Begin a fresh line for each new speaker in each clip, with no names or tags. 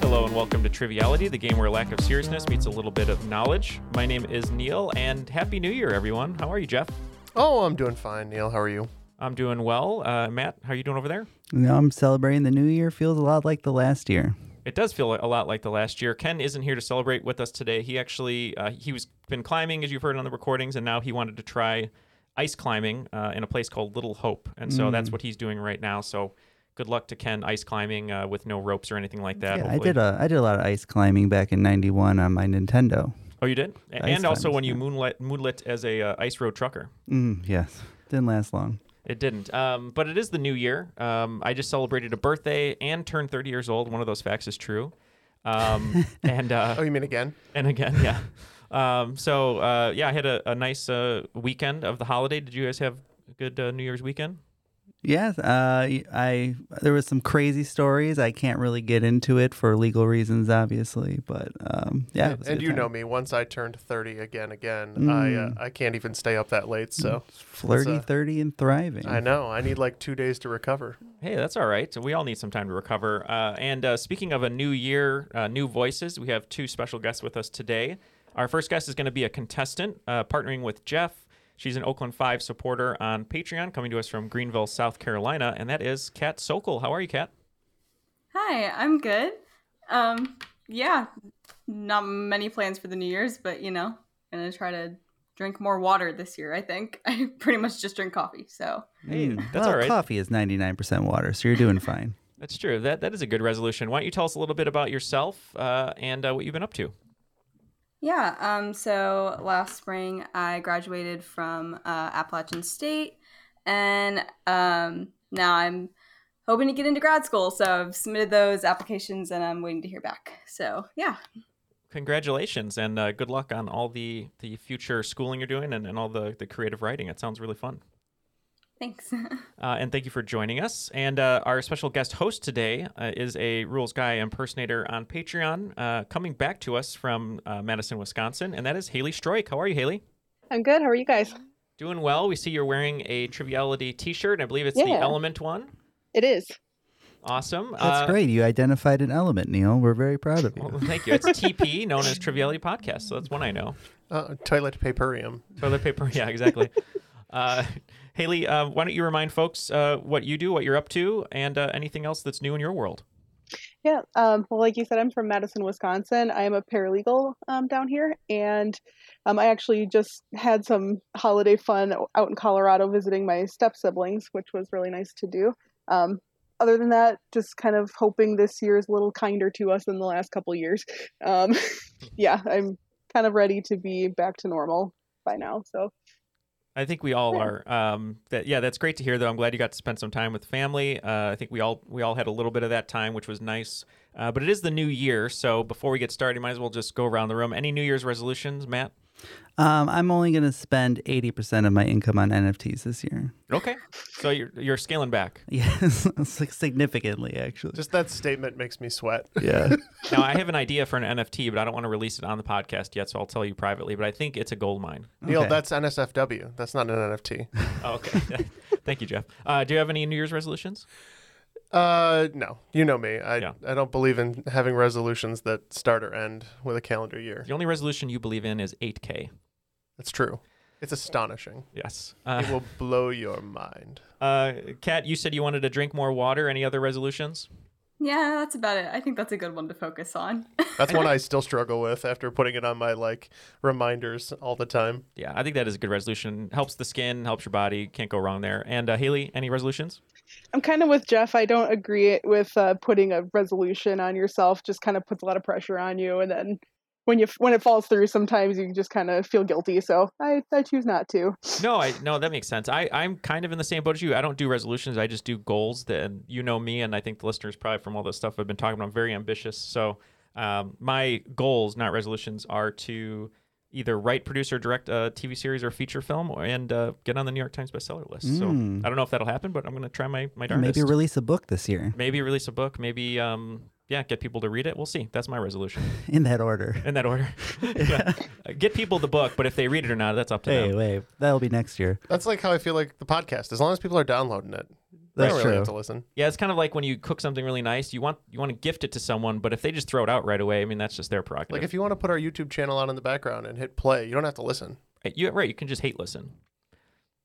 Hello and welcome to Triviality, the game where lack of seriousness meets a little bit of knowledge. My name is Neil and Happy New Year, everyone. How are you, Jeff?
Oh, I'm doing fine, Neil. How are you?
I'm doing well. Uh, Matt, how are you doing over there?
Now I'm celebrating the new year. Feels a lot like the last year.
It does feel a lot like the last year. Ken isn't here to celebrate with us today. He actually uh, he was been climbing, as you've heard on the recordings, and now he wanted to try ice climbing uh, in a place called Little Hope, and so that's what he's doing right now. So. Good luck to Ken ice climbing uh, with no ropes or anything like that.
Yeah, I
Hopefully-
did a I did a lot of ice climbing back in '91 on my Nintendo.
Oh, you did, A- and
ice
also
climbing,
when you moonlit moonlit as a uh, ice road trucker.
Mm, yes, didn't last long.
It didn't. Um, but it is the new year. Um, I just celebrated a birthday and turned 30 years old. One of those facts is true. Um, and
Oh,
uh,
you mean again?
and again, yeah. Um, so uh, yeah, I had a, a nice uh, weekend of the holiday. Did you guys have a good uh, New Year's weekend?
Yes, uh, I there was some crazy stories. I can't really get into it for legal reasons, obviously. But um, yeah, it was a
and
good
you
time. Mm.
know me. Once I turned 30 again, again, I uh, I can't even stay up that late. So
flirty,
uh,
thirty, and thriving.
I know I need like two days to recover.
Hey, that's all right. We all need some time to recover. Uh, and uh, speaking of a new year, uh, new voices, we have two special guests with us today. Our first guest is going to be a contestant, uh, partnering with Jeff. She's an Oakland Five supporter on Patreon, coming to us from Greenville, South Carolina, and that is Kat Sokol. How are you, Kat?
Hi, I'm good. Um, yeah, not many plans for the New Year's, but you know, gonna try to drink more water this year. I think I pretty much just drink coffee, so
Hey,
Mm.
that's
well,
all right.
Coffee is ninety nine percent water, so you're doing fine.
That's true. That that is a good resolution. Why don't you tell us a little bit about yourself uh, and uh, what you've been up to?
Yeah, um, so last spring I graduated from uh, Appalachian State, and um, now I'm hoping to get into grad school. So I've submitted those applications, and I'm waiting to hear back. So yeah,
Congratulations and uh, good luck on all the the future schooling you're doing and, and all the the creative writing. It sounds really fun.
thanks.
Uh, and thank you for joining us. And uh, our special guest host today uh, is a Rules Guy impersonator on Patreon, uh, coming back to us from uh, Madison, Wisconsin, and that is Haley Stroik. How are you, Haley?
I'm good. How are you guys?
Doing well. We see you're wearing a Triviality T-shirt, and I believe it's the
Yeah.
Element one.
It is.
Awesome.
That's
Uh,
great. You identified an element, Neil. We're very proud of you.
Well, thank you. It's TP, known as Triviality Podcast, so that's one I know.
Uh, toilet paperium.
Toilet paper. Yeah, exactly. uh, Haley, uh, why don't you remind folks uh, what you do, what you're up to, and uh, anything else that's new in your world?
Yeah. Um, well, like you said, I'm from Madison, Wisconsin. I am a paralegal um, down here, and um, I actually just had some holiday fun out in Colorado visiting my step siblings, which was really nice to do. Um, other than that, just kind of hoping this year is a little kinder to us than the last couple years. Um, yeah, I'm kind of ready to be back to normal by now. So
I think we all
Yeah.
are. Um, that yeah, that's great to hear. Though I'm glad you got to spend some time with family. Uh, I think we all we all had a little bit of that time, which was nice. Uh, but it is the new year, so before we get started, might as well just go around the room. Any New Year's resolutions, Matt?
Um, I'm only going to spend eighty percent of my income on NFTs this year.
Okay, so you're you're scaling back.
Yes, significantly actually.
Just that statement makes me sweat.
yeah.
Now I have an idea for an NFT, but I don't want to release it on the podcast yet, so I'll tell you privately. But I think it's a gold mine.
Neil,
Okay.
that's NSFW. That's not an NFT.
Okay, Thank you, Jeff. Uh, do you have any New Year's resolutions?
Uh, no, you know me. I
Yeah.
I don't believe in having resolutions that start or end with a calendar year.
The only resolution you believe in is 8K.
That's true. It's astonishing.
Yes.
It
Uh,
will blow your mind.
uh, Kat, you said you wanted to drink more water. Any other resolutions?
Yeah, that's about it. I think that's a good one to focus on.
That's one I still struggle with after putting it on my like reminders all the time.
Yeah, I think that is a good resolution. Helps the skin, helps your body. Can't go wrong there. And uh, Haley, any resolutions?
I'm kind of with Jeff. I don't agree with uh, putting a resolution on yourself. Just kind of puts a lot of pressure on you, and then when you when it falls through, sometimes you just kind of feel guilty. So I I choose not to.
No, I no, that makes sense. I I'm kind of in the same boat as you. I don't do resolutions. I just do goals. That and you know me, and I think the listeners probably from all the stuff I've been talking about. I'm very ambitious. So um, my goals, not resolutions, are to either write, produce, or direct a TV series or feature film, or, and uh, get on the New York Times bestseller list. So
Mm.
I don't know if that'll happen, but I'm gonna try my my darndest.
Maybe release a book this year
maybe release a book. Maybe um yeah, get people to read it. We'll see. That's my resolution
in that order.
in that order. Yeah. Get people the book, but if they read it or not, that's up to
Hey,
them.
wait, that'll be next year.
That's like how I feel like the podcast. As long as people are downloading it, they
That's
don't really
true.
have to listen.
Yeah, it's kind of like when you cook something really nice, you want you want to gift it to someone, but if they just throw it out right away, I mean that's just their prerogative.
Like if you want to put our YouTube channel on in the background and hit play, you don't have to listen.
Right, you right, you can just hate listen.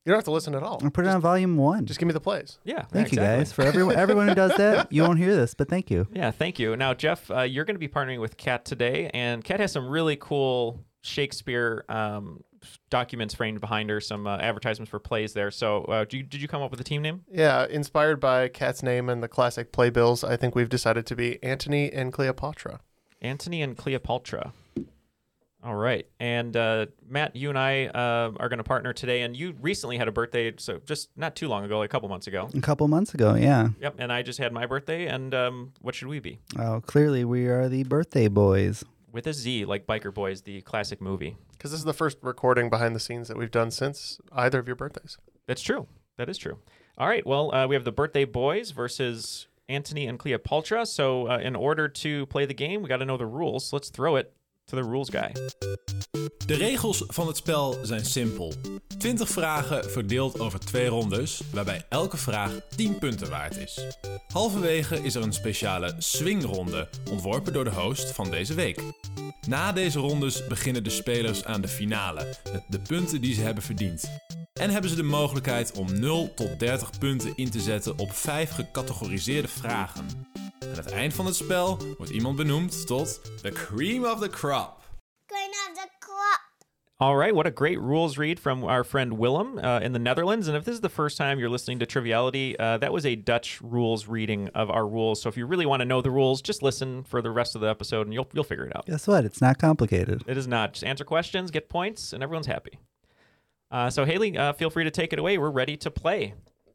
You don't have to listen at all.
I'll put it
Just-
on volume one.
Just give me the plays.
Yeah,
thank
exactly.
you guys for everyone. Everyone who does that, you won't hear this, but thank you.
Yeah, thank you. Now, Jeff, uh, you're going to be partnering with Kat today, and Kat has some really cool Shakespeare um, documents framed behind her, some uh, advertisements for plays there. So, uh, did, you, did you come up with a team name?
Yeah, inspired by Cat's name and the classic playbills, I think we've decided to be Antony and Cleopatra.
Antony and Cleopatra. All right. And uh, Matt, you and I uh, are going to partner today. And you recently had a birthday, so just not too long ago, like a couple months ago.
A couple months ago, yeah.
Yep. And I just had my birthday. And um, what should we be?
Oh, clearly we are the birthday boys.
With a Z, like Biker Boys, the classic movie.
Because this is the first recording behind the scenes that we've done since either of your birthdays.
That's true. That is true. All right. Well, uh, we have the Birthday Boys versus Antony and Cleopatra. So, uh, in order to play the game, we got to know the rules. Let's throw it to the rules guy.
De regels van het spel zijn simpel. 20 vragen verdeeld over twee rondes, waarbij elke vraag 10 punten waard is. Halverwege is er een speciale swingronde, ontworpen door de host van deze week. Na deze rondes beginnen de spelers aan de finale, met de punten die ze hebben verdiend. En hebben ze de mogelijkheid om 0 tot 30 punten in te zetten op 5 gecategoriseerde vragen. Aan het eind van het spel wordt iemand benoemd tot The Cream of the Crop.
Going of the crop.
All right, what a great rules read from our friend Willem uh, in the Netherlands. And if this is the first time you're listening to Triviality, uh, that was a Dutch rules reading of our rules. So if you really want to know the rules, just listen for the rest of the episode, and you'll you'll figure it out.
Guess what? It's not complicated.
It is not just answer questions, get points, and everyone's happy. Uh, so Haley, uh, feel free to take it away. We're ready to play.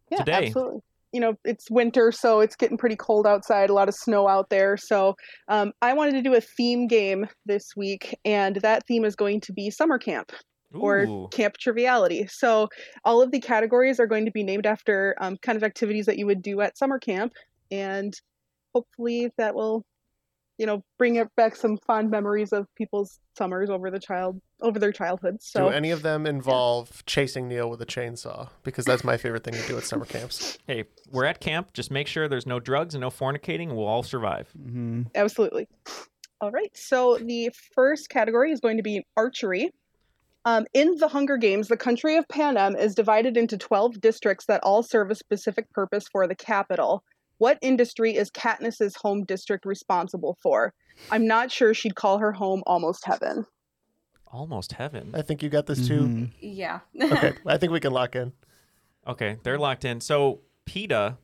Yeah,
Today.
absolutely. You know, it's winter, so it's getting pretty cold outside. A lot of snow out there. So um, I wanted to do a theme game this week, and that theme is going to be summer camp. or
Ooh.
camp triviality. So all of the categories are going to be named after um, kind of activities that you would do at summer camp, and hopefully that will, you know, bring it back some fond memories of people's summers over the child over their childhoods. So
do any of them involve chasing Neil with a chainsaw? Because that's my favorite thing to do at summer camps.
Hey, we're at camp. Just make sure there's no drugs and no fornicating. We'll all survive.
hmm
absolutely. All right. So the first category is going to be archery. Um, in the Hunger Games, the country of Panem is divided into 12 districts that all serve a specific purpose for the capital. What industry is Katniss's home district responsible for? I'm not sure she'd call her home almost heaven.
Almost heaven.
I think you got this too.
Mm-hmm.
yeah.
Okay, I think we can lock in.
Okay, they're locked in. So Peta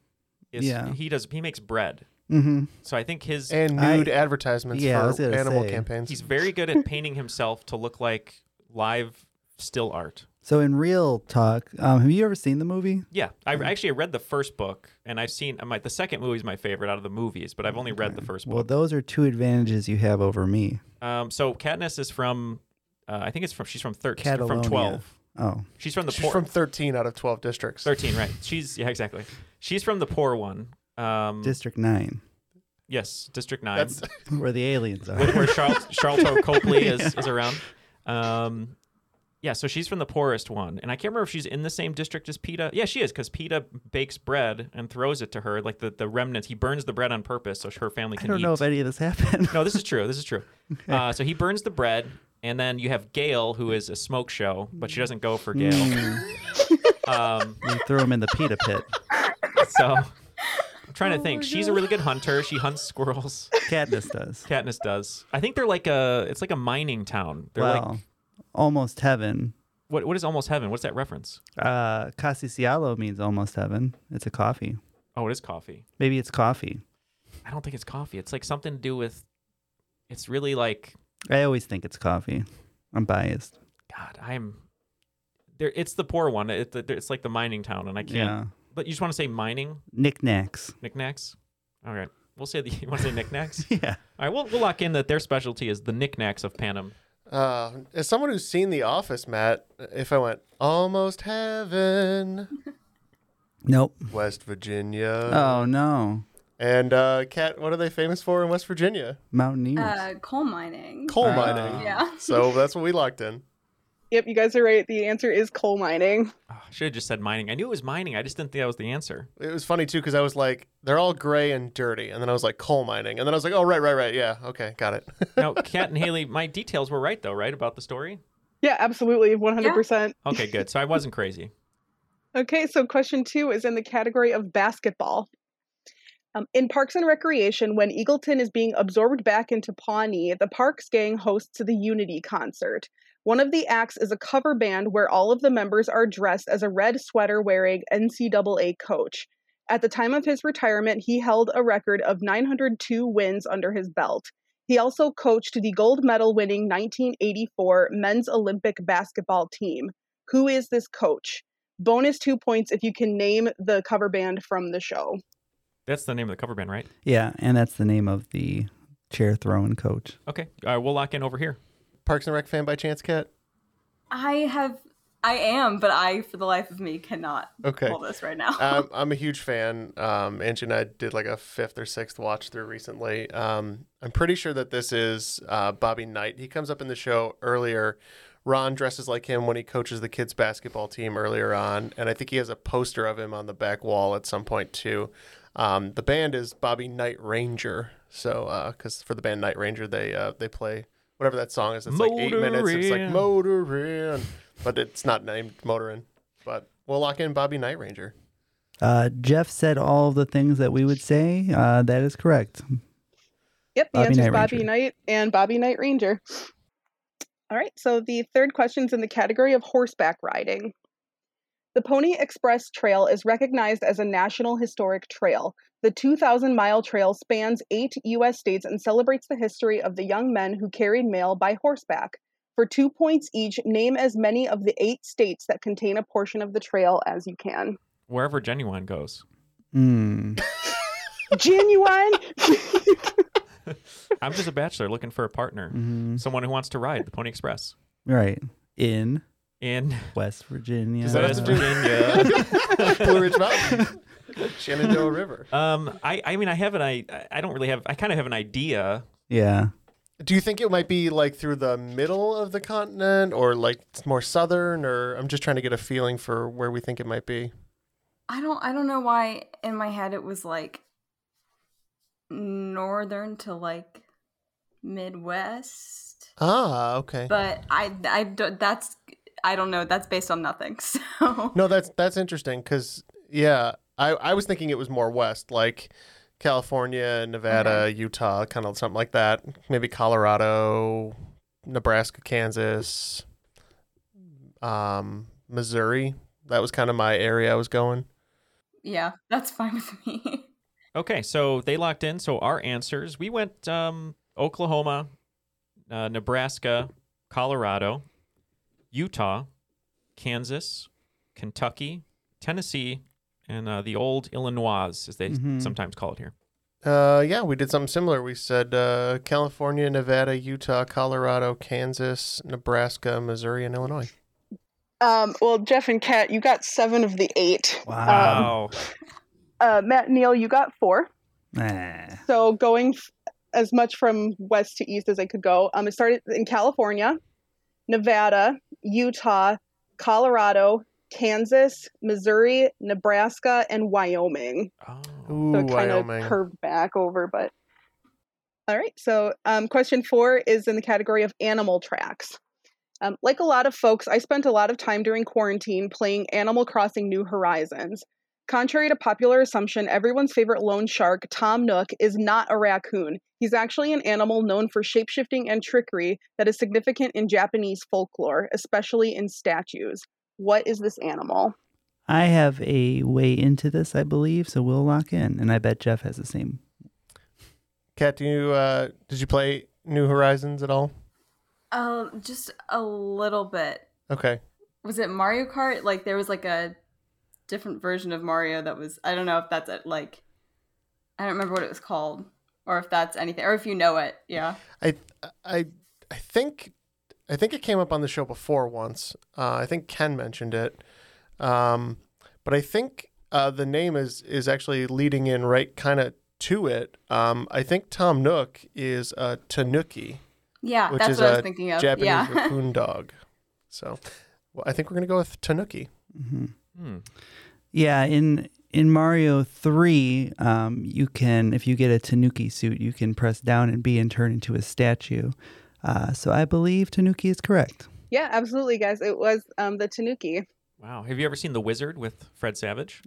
is
Yeah.
he does he makes bread.
hmm
So I think his
And
I-
nude advertisements
Yeah, I was
for
gonna
animal
say.
campaigns.
he's very good at painting himself to look like live still art.
So in real talk, um, have you ever seen the movie?
Yeah, I actually I read the first book and I've seen I'm like the second movie is my favorite out of the movies, but I've only read the first
Well,
book.
those are two advantages you have over me.
Um, so Katniss is from uh, I think it's from she's from thirteen she's from
Catalonia.
twelve.
Oh,
She's from the
She's
poor
from 13 out of 12 districts.
thirteen, right? She's yeah exactly. She's from the poor one. Um,
District Nine,
yes, District Nine.
That's
where the aliens are.
where Charl- Charlton Copley is, is around. Um, Yeah, so she's from the poorest one, and I can't remember if she's in the same district as Peta. Yeah, she is because Peta bakes bread and throws it to her, like the, the remnants. He burns the bread on purpose so her family
I
can
don't
eat.
know if any of this happened.
no, this is true. This is true. Uh, so he burns the bread, and then you have Gail, who is a smoke show, but she doesn't go for Gail.
Mm. Hmm.
um,
you threw him in the pita pit.
so I'm trying to
Oh,
think. She's a really good hunter. She hunts squirrels.
Katniss does.
Katniss does. I think they're like a. It's like a mining town. They're
Wow.
like
almost heaven.
what? What is almost heaven? What's that reference?
Uh, Casi Cielo means almost heaven. It's a coffee.
Oh, it is coffee.
Maybe it's coffee.
I don't think it's coffee. It's like something to do with. It's really like
I always think it's coffee. I'm biased.
God. I'm. There. It's the poor one. It, it- it's like the mining town, and I can't.
Yeah.
But you just want to say mining
Knickknacks.
knickknacks. All right. We'll say the. You want to say knickknacks?
yeah.
All right. We'll we'll lock in that their specialty is the knickknacks of Panem.
Uh, as someone who's seen The Office, Matt, if I went almost heaven,
Nope.
West Virginia.
Oh no,
And uh, Kat, what are they famous for in West Virginia?
mountaineers.
Uh, coal mining.
Coal
Uh.
mining.
Yeah.
So that's what we locked in.
Yep, you guys are right. The answer is coal mining.
I should have just said mining. I knew it was mining. I just didn't think that was the answer.
It was funny too because I was like, they're all gray and dirty, and then I was like, coal mining, and then I was like, oh right, right, right, yeah, okay, got it.
Now, Kat and Haley, my details were right though, right about the story.
Yeah, absolutely, 100%.
Okay, good. So I wasn't crazy.
Okay, so question two is in the category of basketball. Um, in Parks and Recreation, when Eagleton is being absorbed back into Pawnee, the Parks gang hosts the Unity concert. One of the acts is a cover band where all of the members are dressed as a red sweater wearing NCAA coach. At the time of his retirement, he held a record of 902 wins under his belt. He also coached the gold medal winning 1984 men's Olympic basketball team. Who is this coach? Bonus two points if you can name the cover band from the show.
That's the name of the cover band, right?
yeah, and that's the name of the chair throwing coach.
Okay, uh, we'll lock in over here.
Parks and Rec fan by chance, Kat?
I have. I am, but I, for the life of me, cannot
Okay.
pull this right now.
um, I'm a huge fan. Um, Angie and I did like a fifth or sixth watch through recently. Um, I'm pretty sure that this is uh, Bobby Knight. He comes up in the show earlier. Ron dresses like him when he coaches the kids' basketball team earlier on, and I think he has a poster of him on the back wall at some point too. Um, the band is Bobby Knight Ranger, so because for the band Knight Ranger, they uh, they play whatever that song is. It's like eight minutes. It's like
Motorin.
Motorin, but it's not named Motorin. But we'll lock in Bobby Knight Ranger.
Uh, Jeff said all of the things that we would say. Uh, that is correct.
Yep, the
Bobby
answer is
Knight
Bobby Knight and Bobby Knight Ranger. All right, so the third question is in the category of horseback riding. The Pony Express Trail is recognized as a National Historic Trail. The 2,000 mile trail spans eight U.S. states and celebrates the history of the young men who carried mail by horseback. For two points each, name as many of the eight states that contain a portion of the trail as you can.
Wherever Genuine goes,
Hmm.
Genuine!
I'm just a bachelor looking for a partner,
Mm-hmm.
someone who wants to ride the Pony Express
Right. In
in
West Virginia.
Does that have
West
to do
Virginia.
Blue Ridge Mountain, Shenandoah River.
Um, I, I mean, I have an I, I don't really have. I kind of have an idea.
yeah.
Do you think it might be like through the middle of the continent, or like it's more southern, or I'm just trying to get a feeling for where we think it might be?
I don't. I don't know why in my head it was like northern to like Midwest.
Ah, okay.
but I, I don't- that's I don't know. That's based on nothing. So
No, that's that's interesting because yeah, I I was thinking it was more west, like California, Nevada, Utah, kind of something like that. Maybe Colorado, Nebraska, Kansas, um, Missouri. That was kind of my area I was going.
yeah, that's fine with me.
Okay, so they locked in. So our answers, we went um, Oklahoma, uh, Nebraska, Colorado, Utah, Kansas, Kentucky, Tennessee, and uh, the old Illinois, as they
Mhm.
sometimes call it here.
Uh, yeah, we did something similar. We said uh, California, Nevada, Utah, Colorado, Kansas, Nebraska, Missouri, and Illinois.
Um, well, Jeff and Kat, you got seven of the eight. Um,
Wow.
uh, Matt and Neil, you got four.
Ah.
So going f- as much from west to east as I could go. Um, it started in California, Nevada, Utah, Colorado, Kansas, Missouri, Nebraska, and Wyoming.
Um,
Ooh,
oh,
so it kind
Wyoming.
of curved back over, but all right. So, um, question four is in the category of animal tracks. Um, like a lot of folks, I spent a lot of time during quarantine playing Animal Crossing New Horizons. Contrary to popular assumption, everyone's favorite loan shark, Tom Nook, is not a raccoon. He's actually an animal known for shapeshifting and trickery that is significant in Japanese folklore, especially in statues. What is this animal?
I have a way into this, I believe, so we'll lock in. And I bet Jeff has the same.
Kat, do you uh, did you play New Horizons at all?
Um, just a little bit.
Okay.
Was it Mario Kart? Like there was like a different version of Mario that was. I don't know if that's it. Like I don't remember what it was called, or if that's anything, or if you know it. Yeah.
I I I think I think it came up on the show before once. Uh, I think Ken mentioned it, um, but I think uh, the name is is actually leading in right kind of to it. Um, I think Tom Nook is a Tanuki.
Yeah,
which
that's
is
what I was
a
thinking of.
Japanese
Yeah.
raccoon dog. So, well, I think we're gonna go with Tanuki.
hmm.
Yeah, in in Mario Three, um, you can if you get a Tanuki suit, you can press down and B and turn into a statue. Uh, so I believe Tanuki is correct.
Yeah, absolutely, guys. It was um, the Tanuki.
Wow. Have you ever seen The Wizard with Fred Savage?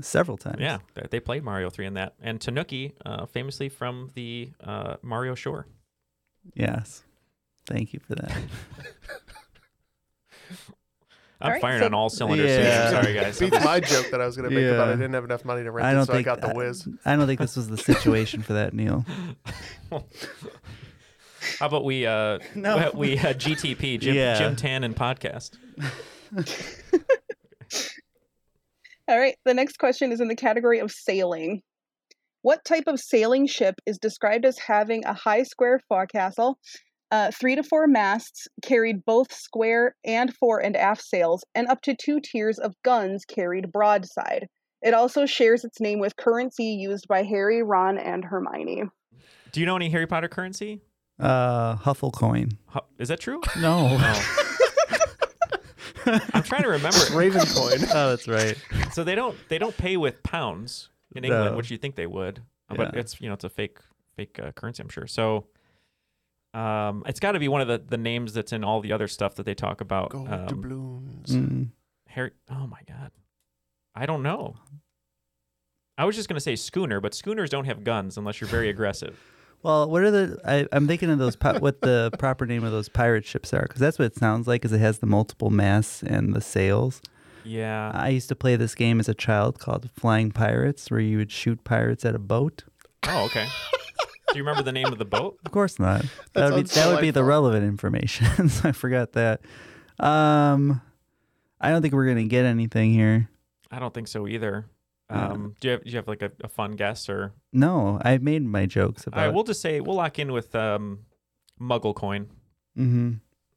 Several times.
yeah, they- they played Mario 3 in that. And Tanuki, uh, famously from the uh, Mario Shore.
Yes. Thank you for that.
I'm
Alright,
firing
so-
on all cylinders. today.
Yeah.
I'm sorry, guys. I'm
Beats
just-
my joke that I was gonna make about I
Yeah.
didn't have enough money to rent
I
it,
don't
so
think
I got the whiz.
I don't think this was the situation for that, Neil.
How about we uh,
No.
we uh, GTP Jim,
Oh. Yeah.
Jim Tannen podcast?
All right, the next question is in the category of sailing. What type of sailing ship is described as having a high square forecastle, uh, three to four masts, carried both square and fore and aft sails, and up to two tiers of guns carried broadside? It also shares its name with currency used by Harry, Ron, and Hermione.
Do you know any Harry Potter currency?
Uh, Huffle coin.
Ho- Is that true?
No.
Oh. I'm trying to remember.
Raven coin.
oh, that's right.
So they don't they don't pay with pounds in England,
No.
which you think they would, uh, but
Yeah.
it's you know it's a fake fake uh, currency, I'm sure. So um, it's got to be one of the, the names that's in all the other stuff that they talk about.
Gold
Um,
doubloons.
Mm.
Harry, oh my god, I don't know. I was just gonna say schooner, but schooners don't have guns unless you're very aggressive.
Well, what are the? I, I'm thinking of those. Pi- what the proper name of those pirate ships are? Because that's what it sounds like. Is it has the multiple masts and the sails.
Yeah.
I used to play this game as a child called Flying Pirates, where you would shoot pirates at a boat.
Oh, okay. Do you remember the name of the boat?
Of course not. That, would be
sounds
that would be the
delightful.
relevant information. so I forgot that. Um, I don't think we're gonna get anything here.
I don't think so either. Um, do you have do you have like a, a fun guess or?
No, I made my jokes
All right,
about.
we'll just say we'll lock in with um, Muggle Coin.
hmm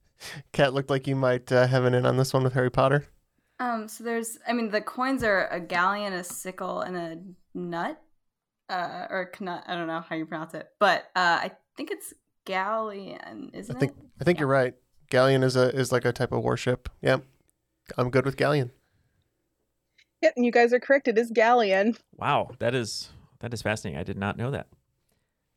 Kat looked like you might uh, have an in on this one with Harry Potter.
Um. So there's. I mean, the coins are a galleon, a sickle, and a nut, uh, or a knut. I don't know how you pronounce it, but uh, I think it's galleon, isn't
I think
it?
I think you're right. Galleon is a is like a type of warship. Yeah, I'm good with galleon.
Yep, and you guys are correct. It is Galleon.
Wow, that is that is fascinating. I did not know that.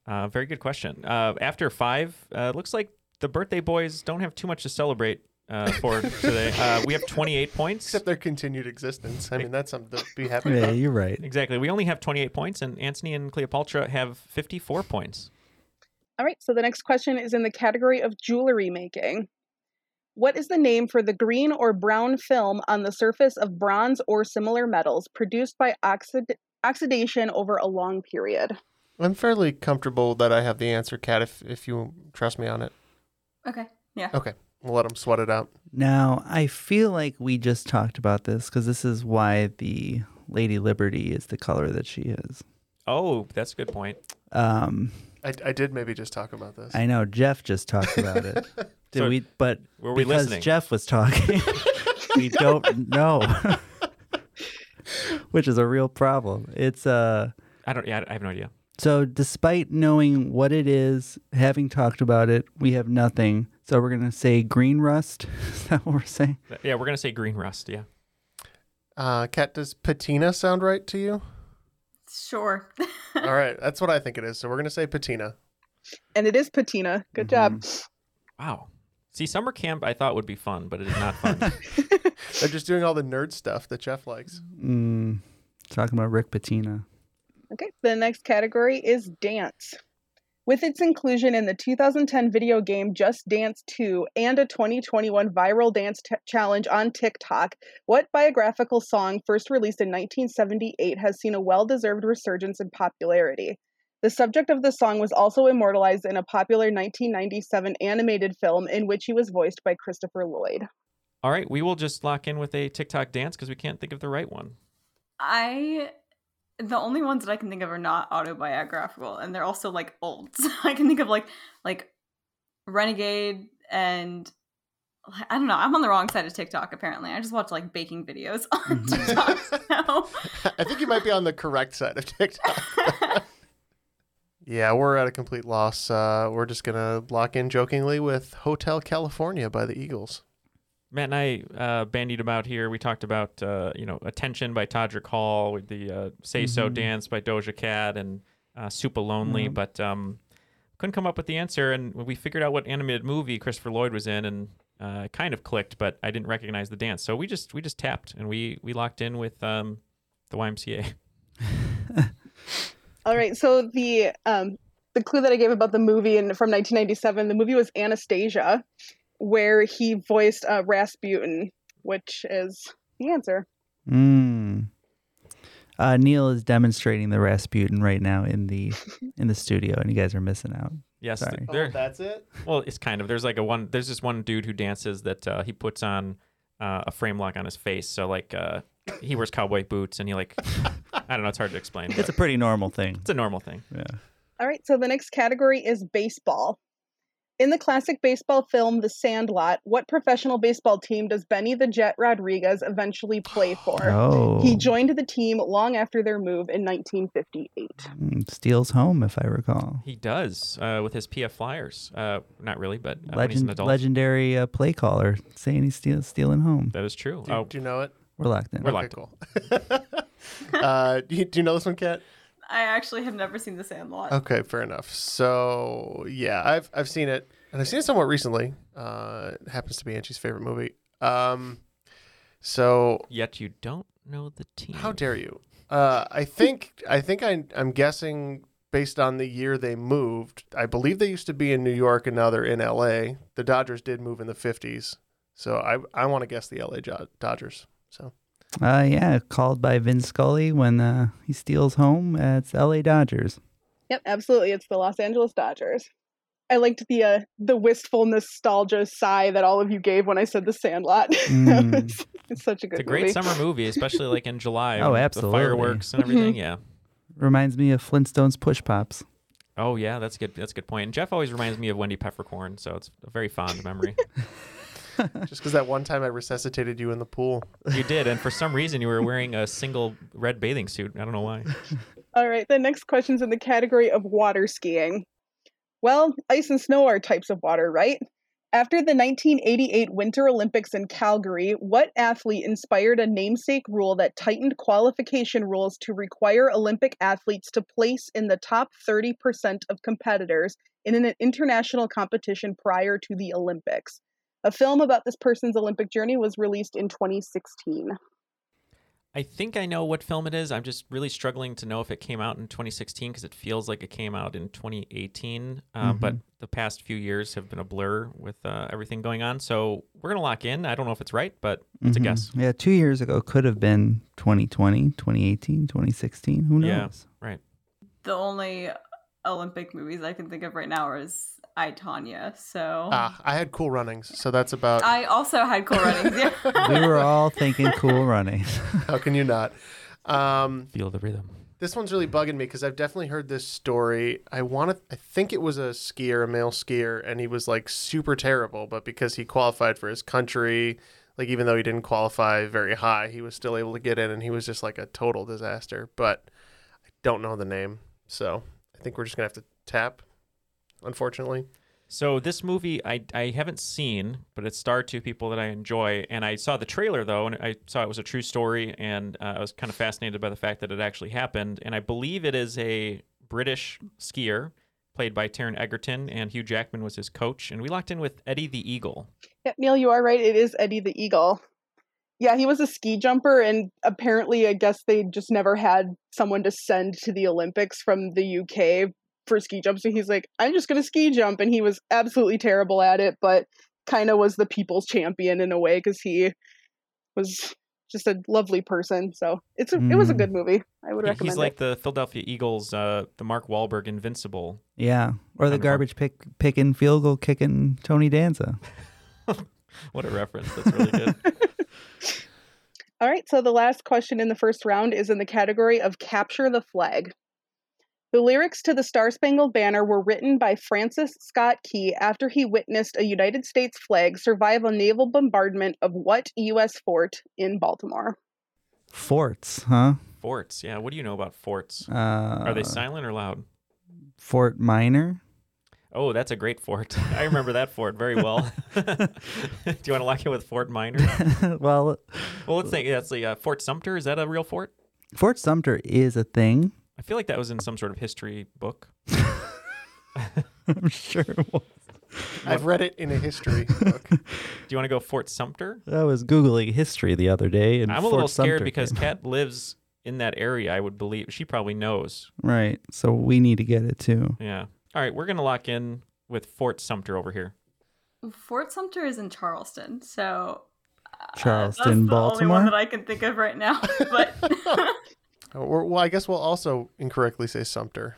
Uh, very good question. Uh, after five, uh, looks like the birthday boys don't have too much to celebrate uh, for today. Uh, we have 28 points.
Except their continued existence. I mean, that's something to be happy
Yeah,
about.
you're right.
Exactly. We only have 28 points, and Antony and Cleopatra have 54 points.
All right, so the next question is in the category of jewelry making. What is the name for the green or brown film on the surface of bronze or similar metals produced by oxid- oxidation over a long period?
I'm fairly comfortable that I have the answer, Kat. If if you trust me on it,
Okay. Yeah.
okay, we'll let them sweat it out.
Now, I feel like we just talked about this because this is why the Lady Liberty is the color that she is.
Oh, that's a good point.
Um,
I, I did maybe just talk about this.
I know Jeff just talked about it. Did
So,
we? But
were we
because
listening?
Jeff was talking, we don't know, which is a real problem. It's uh,
I don't. Yeah, I have no idea.
So, despite knowing what it is, having talked about it, we have nothing. So, we're going to say green rust. Is that what we're saying?
Th- Yeah, we're gonna say green rust. Yeah.
Uh, Kat, does patina sound right to you?
Sure.
All right, that's what I think it is. So we're gonna say patina.
And it is patina. Good job.
Wow. See, summer camp I thought would be fun, but it is not fun.
They're just doing all the nerd stuff that Jeff likes.
Mm, talking about Rick Patina.
Okay, the next category is dance. With its inclusion in the 2010 video game Just Dance 2 and a 2021 viral dance t- challenge on TikTok, what biographical song first released in 1978 has seen a well deserved resurgence in popularity? The subject of the song was also immortalized in a popular 1997 animated film in which he was voiced by Christopher Lloyd.
All right, we will just lock in with a TikTok dance because we can't think of the right one.
I the only ones that I can think of are not autobiographical and they're also like old. So I can think of like like Renegade and I don't know. I'm on the wrong side of TikTok apparently. I just watch like baking videos on TikTok. so
I think you might be on the correct side of TikTok. yeah, we're at a complete loss. Uh, we're just gonna lock in jokingly with Hotel California by the Eagles.
Matt and I uh, bandied about here. We talked about uh, you know attention by Todrick Hall, with the uh, Say So dance by Doja Cat, and uh, Super Lonely, but um, couldn't come up with the answer. And we figured out what animated movie Christopher Lloyd was in, and uh, it kind of clicked, but I didn't recognize the dance. So we just we just tapped, and we we locked in with um, the YMCA.
All right. So the um, the clue that I gave about the movie and from 1997, the movie was Anastasia, where he voiced uh, Rasputin, which is the answer.
Mm. Uh, Neil is demonstrating the Rasputin right now in the in the studio, and you guys are missing out.
Yes,
Sorry.
there-
Oh, that's it.
Well, it's kind of. There's like a one. There's this one dude who dances that uh, he puts on uh, a frame lock on his face. So like uh, he wears cowboy boots and he like I don't know. It's hard to explain. But
It's a pretty normal thing.
it's a normal thing.
Yeah.
All right. So the next category is baseball. In the classic baseball film The Sandlot, what professional baseball team does Benny the Jet Rodriguez eventually play for?
Oh,
He joined the team long after their move in 1958.
Mm, steals home, if I recall.
He does uh, with his PF Flyers. Uh, not really, but uh, when he's an
Legend,
adult.
legendary uh, play caller saying he's steal, stealing home.
That is true.
Do,
oh,
do you know it?
We're locked in.
We're locked
cool. uh, do, you, do you know this one, Kat?
I actually have never seen The
Uh,
Sandlot.
Okay, fair enough. So yeah, I've I've seen it, and I've seen it somewhat recently. Uh, it happens to be Angie's favorite movie. Um, so
yet you don't know the team.
how dare you? Uh, I think I think I, I'm guessing based on the year they moved. I believe they used to be in New York, and now they're in L.A. The Dodgers did move in the '50s, so I I want to guess the L.A. Jo- Dodgers. So
Uh, yeah, called by Vin Scully when uh, he steals home. Uh, it's L.A. Dodgers.
Yep, absolutely. It's the Los Angeles Dodgers. I liked the uh, the wistful nostalgia sigh that all of you gave when I said the Sandlot.
Mm.
it's such a good
It's a great
movie.
summer movie, especially like in July.
Oh,
when
absolutely.
The fireworks and everything. yeah.
Reminds me of Flintstones push pops.
Oh yeah, that's good. That's a good point. And Jeff always reminds me of Wendy Peppercorn, so it's a very fond memory.
just because that one time I resuscitated you in the pool.
you did, and for some reason you were wearing a single red bathing suit. I don't know why.
All right, the next question's in the category of water skiing. Well, ice and snow are types of water, right? After the 1988 Winter Olympics in Calgary, what athlete inspired a namesake rule that tightened qualification rules to require Olympic athletes to place in the top 30% of competitors in an international competition prior to the Olympics? A film about this person's Olympic journey was released in 2016.
I think I know what film it is. I'm just really struggling to know if it came out in 2016 because it feels like it came out in 2018. Uh, But the past few years have been a blur with uh, everything going on. So we're going to lock in. I don't know if it's right, but it's a
Mm-hmm.
Mhm.
guess.
Yeah, two years ago could have been 2020, 2018, 2016. Who knows?
Yeah. Right.
The only Olympic movies I can think of right now is I Tanya.
Oh.
So
Ah, I had cool runnings, so that's about.
I also had cool running.
we uh, were all thinking cool running.
How can you not? Um,
Feel the rhythm.
This one's really bugging me because I've definitely heard this story. I want to. I think it was a skier, a male skier, and he was like super terrible. But because he qualified for his country, like even though he didn't qualify very high, he was still able to get in, and he was just like a total disaster. But I don't know the name, so I I think we're just gonna have to tap. Unfortunately,
So this movie I, I haven't seen, but it starred two people that I enjoy, and I saw the trailer though, and I saw it was a true story, and uh, I was kind of fascinated by the fact that it actually happened, and I believe it is a British skier played by Taron Egerton, and Hugh Jackman was his coach, and we locked in with Eddie the Eagle.
Yeah, Neil, you are right. It is Eddie the Eagle. Yeah, he was a ski jumper, and apparently, I guess they just never had someone to send to the Olympics from the UK for ski jumps. So he's like, I'm just going to ski jump. And he was absolutely terrible at it, but kind of was the people's champion in a way because he was just a lovely person. So it's a, it was a
Mm.
good movie. I would
He-
recommend
He's
it.
like the Philadelphia Eagles, uh, the Mark Wahlberg Invincible.
Yeah. Or the
Wonderful.
garbage pick, picking, field goal kicking Tony Danza.
What a reference! That's really good.
All right, so the last question in the first round is in the category of Capture the Flag. The lyrics to the Star Spangled Banner were written by Francis Scott Key after he witnessed a United States flag survive a naval bombardment of what U.S. fort in Baltimore?
Forts, huh?
forts, yeah. What do you know about forts?
Uh,
Are they silent or loud?
Fort Minor?
Oh, that's a great fort. I remember that fort very well. Do you want to lock in with Fort Minor?
well,
Well, let's think. That's the uh, Fort Sumter. Is that a real fort?
Fort Sumter is a thing.
I feel like that was in some sort of history book.
I'm sure it was.
I've read it in a history book.
Do you want to go Fort Sumter?
I was Googling history the other day. And
I'm a
Fort
little scared
Sumter
because
came-
Kat lives in that area. I would believe she probably knows.
Right. So we need to get it too.
Yeah. All right, we're gonna lock in with Fort Sumter over here.
Fort Sumter is in Charleston, so that's
Charleston,
the only one
Baltimore.
that I can think of right now. But
Uh, Or, well, I guess we'll also incorrectly say Sumter.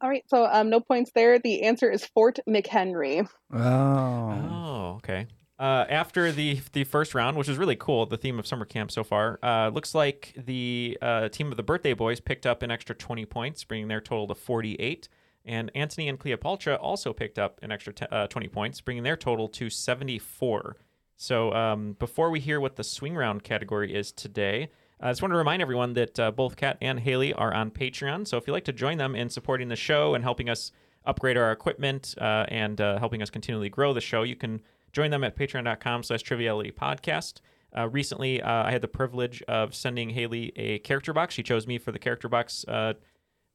All right, so um, no points there. The answer is Fort McHenry.
Oh.
Oh, okay. Uh, after the the first round, which is really cool, the theme of summer camp so far, uh, looks like the uh, team of the Birthday Boys picked up an extra 20 points, bringing their total to 48. And Antony and Cleopatra also picked up an extra t- uh, 20 points, bringing their total to 74. So um, before we hear what the swing round category is today, I just want to remind everyone that uh, both Kat and Haley are on Patreon. So if you'd like to join them in supporting the show and helping us upgrade our equipment uh, and uh, helping us continually grow the show, you can join them at patreon.com slash triviality podcast. Uh, recently, uh, I had the privilege of sending Haley a character box. She chose me for the character box uh,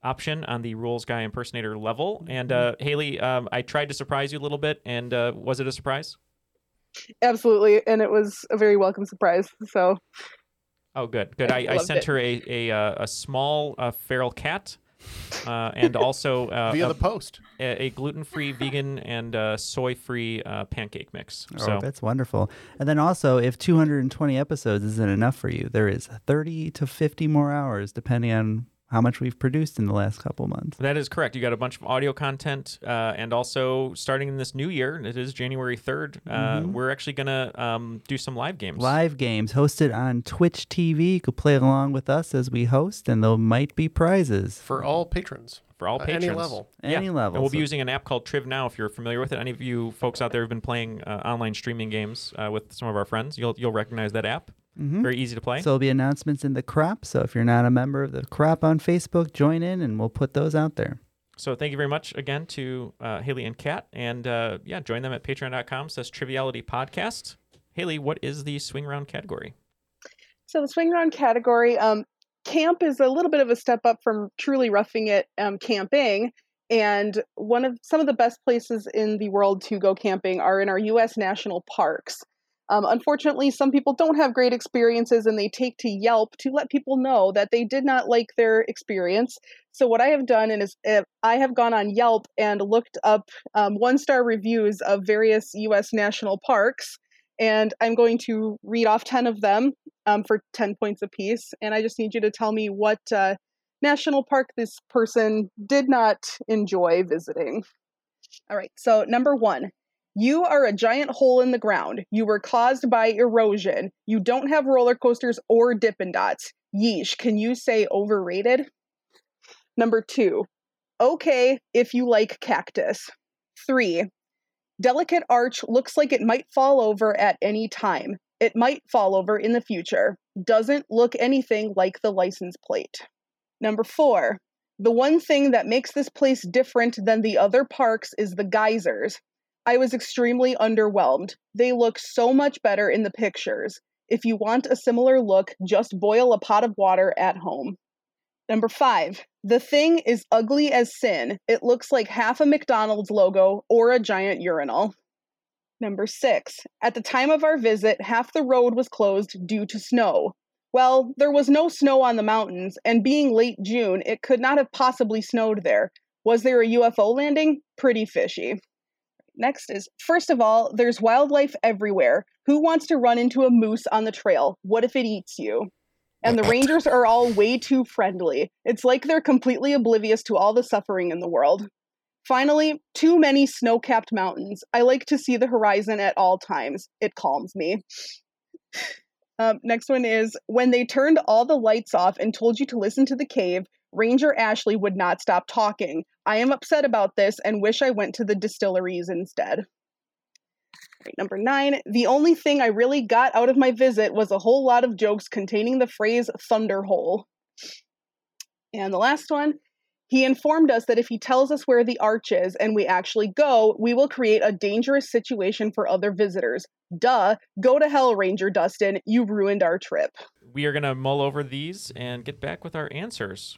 option on the rules guy impersonator level. And uh,
Mm-hmm.
Haley, um, I tried to surprise you a little bit. And uh, was it a surprise?
Absolutely, and it was a very welcome surprise. So
Oh, good, good.
I
I, I
loved
sent
it.
her a a, uh, a small uh, feral cat, uh, and also uh,
Via the
a,
post.
a gluten-free, vegan, and uh, soy-free uh, pancake mix.
Oh,
So
that's wonderful. And then also, if 220 episodes isn't enough for you, there is 30 to 50 more hours, depending on how much we've produced in the last couple months.
that is correct. You got a bunch of audio content, uh, and also starting in this new year, and it is January third. Uh, We're actually gonna um, do some live games.
Mm-hmm. Live games hosted on Twitch TV. You could play along with us as we host, and there might be prizes.
for all patrons.
For all
Uh, any
patrons,
level.
Any level,
and we'll be
so-
using an app called Triv Now. If you're familiar with it, any of you folks out there who've been playing uh, online streaming games uh, with some of our friends, you'll you'll recognize that app. Very easy to play.
Mm-hmm. So there'll be announcements in the crop. So if you're not a member of the crop on Facebook, join in and we'll put those out there.
So thank you very much again to uh, Haley and Kat. And uh, yeah, join them at patreon.com slash triviality podcast. Haley, what is the swing round category?
So the swing round category, um, camp is a little bit of a step up from truly roughing it um, camping. And one of some of the best places in the world to go camping are in our U.S. national parks. Um, unfortunately, some people don't have great experiences and they take to Yelp to let people know that they did not like their experience. So, what I have done and is uh, I have gone on Yelp and looked up um, one star reviews of various U.S. national parks. And I'm going to read off 10 of them um, for 10 points apiece. And I just need you to tell me what uh, national park this person did not enjoy visiting. All right, so number one. You are a giant hole in the ground. You were caused by erosion. You don't have roller coasters or Dippin' Dots. Yeesh, can you say overrated? Number two, okay if you like cactus. Three, delicate arch looks like it might fall over at any time. It might fall over in the future. Doesn't look anything like the license plate. Number four, The one thing that makes this place different than the other parks is the geysers. I was extremely underwhelmed. They look so much better in the pictures. If you want a similar look, just boil a pot of water at home. Number five, the thing is ugly as sin. It looks like half a McDonald's logo or a giant urinal. Number six, at the time of our visit, half the road was closed due to snow. Well, there was no snow on the mountains, and being late June, it could not have possibly snowed there. Was there a UFO landing? Pretty fishy. Next is first of all, there's wildlife everywhere. Who wants to run into a moose on the trail? What if it eats you? And the rangers are all way too friendly. It's like they're completely oblivious to all the suffering in the world. Finally, too many snow capped mountains. I like to see the horizon at all times, it calms me. Um, next one is when they turned all the lights off and told you to listen to the cave, Ranger Ashley would not stop talking. I am upset about this and wish I went to the distilleries instead. Right, number nine. The only thing I really got out of my visit was a whole lot of jokes containing the phrase thunderhole. And the last one. He informed us that if he tells us where the arch is and we actually go, we will create a dangerous situation for other visitors. Duh, go to hell, Ranger Dustin. You ruined our trip.
We are going to mull over these and get back with our answers.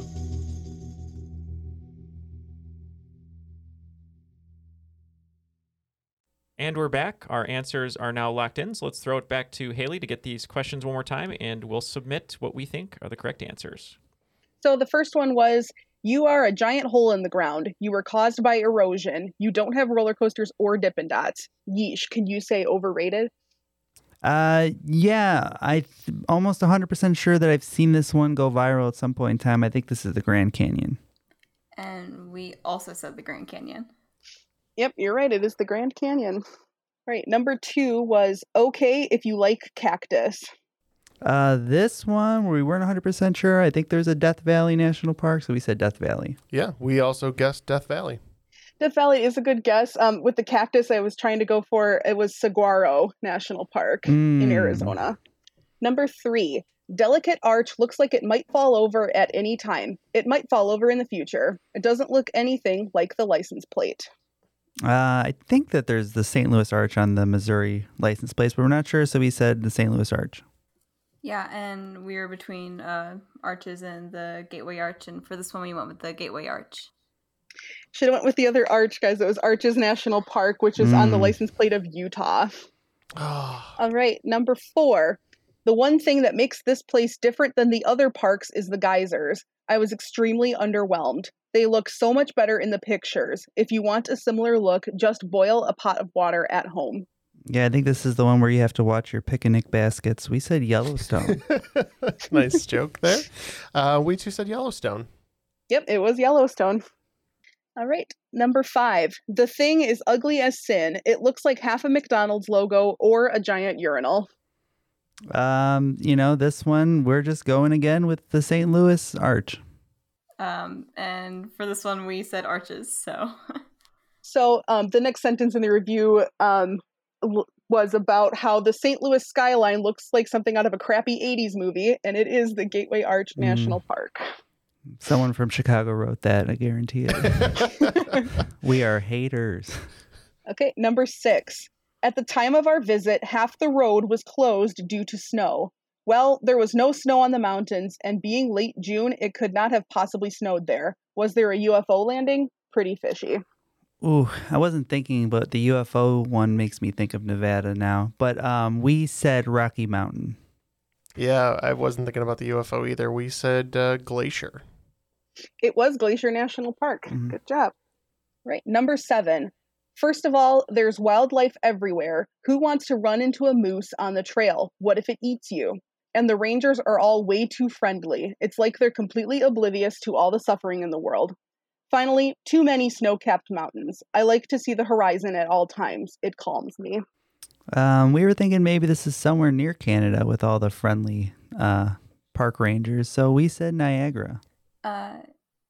And we're back. Our answers are now locked in. So let's throw it back to Haley to get these questions one more time, and we'll submit what we think are the correct answers.
So the first one was You are a giant hole in the ground. You were caused by erosion. You don't have roller coasters or Dippin' Dots. Yeesh, can you say overrated?
Uh, yeah, I th- almost 100% sure that I've seen this one go viral at some point in time. I think this is the Grand Canyon.
And we also said the Grand Canyon.
Yep, you're right. It is the Grand Canyon. All right, number two was Okay if you like cactus.
Uh, this one we weren't 100% sure. I think there's a Death Valley National Park, so we said Death Valley.
Yeah, we also guessed Death Valley.
Death Valley is a good guess. Um, with the cactus, I was trying to go for it was Saguaro National Park in
Mm.
Arizona. Number three, delicate arch looks like it might fall over at any time. It might fall over in the future. It doesn't look anything like the license plate.
Uh, I think that there's the St. Louis Arch on the Missouri license plate, but we're not sure, so we said the St. Louis Arch.
Yeah, and we were between uh, arches and the Gateway Arch, and for this one we went with the Gateway Arch.
Should have went with the other arch, guys. It was Arches National Park, which is on the
Mm.
Ah.
license plate of Utah. All right, number four. The one thing that makes this place different than the other parks is the geysers. I was extremely underwhelmed. They look so much better in the pictures. If you want a similar look, just boil a pot of water at home.
Yeah, I think this is the one where you have to watch your picnic baskets. We said Yellowstone.
nice joke there. Uh, we too said Yellowstone.
Yep, it was Yellowstone. All right, number five. The thing is ugly as sin. It looks like half a McDonald's logo or a giant urinal.
um, you know, this one we're just going again with the St. Louis Arch.
Um, and for this one, we said arches. So
So um, the next sentence in the review um, l- was about how the St. Louis skyline looks like something out of a crappy 80s movie, and it is the Gateway Arch
Mm.
National Park.
Someone from Chicago wrote that, I guarantee it. we are haters.
Okay, number six. At the time of our visit, half the road was closed due to snow. Well, there was no snow on the mountains, and being late June, it could not have possibly snowed there. Was there a UFO landing? Pretty fishy.
Ooh, I wasn't thinking, but the UFO one makes me think of Nevada now. But um, we said Rocky Mountain.
Yeah, I wasn't thinking about the UFO either. We said uh, glacier.
It was Glacier National Park.
Mm-hmm.
Mhm.
Good job. Right. Number seven. First of all, there's wildlife everywhere. Who wants to run into a moose on the trail? What if it eats you? And the rangers are all way too friendly. It's like they're completely oblivious to all the suffering in the world. Finally, too many snow capped mountains. I like to see the horizon at all times. It calms me.
Um, we were thinking maybe this is somewhere near Canada with all the friendly uh, park rangers. So we said Niagara.
uh,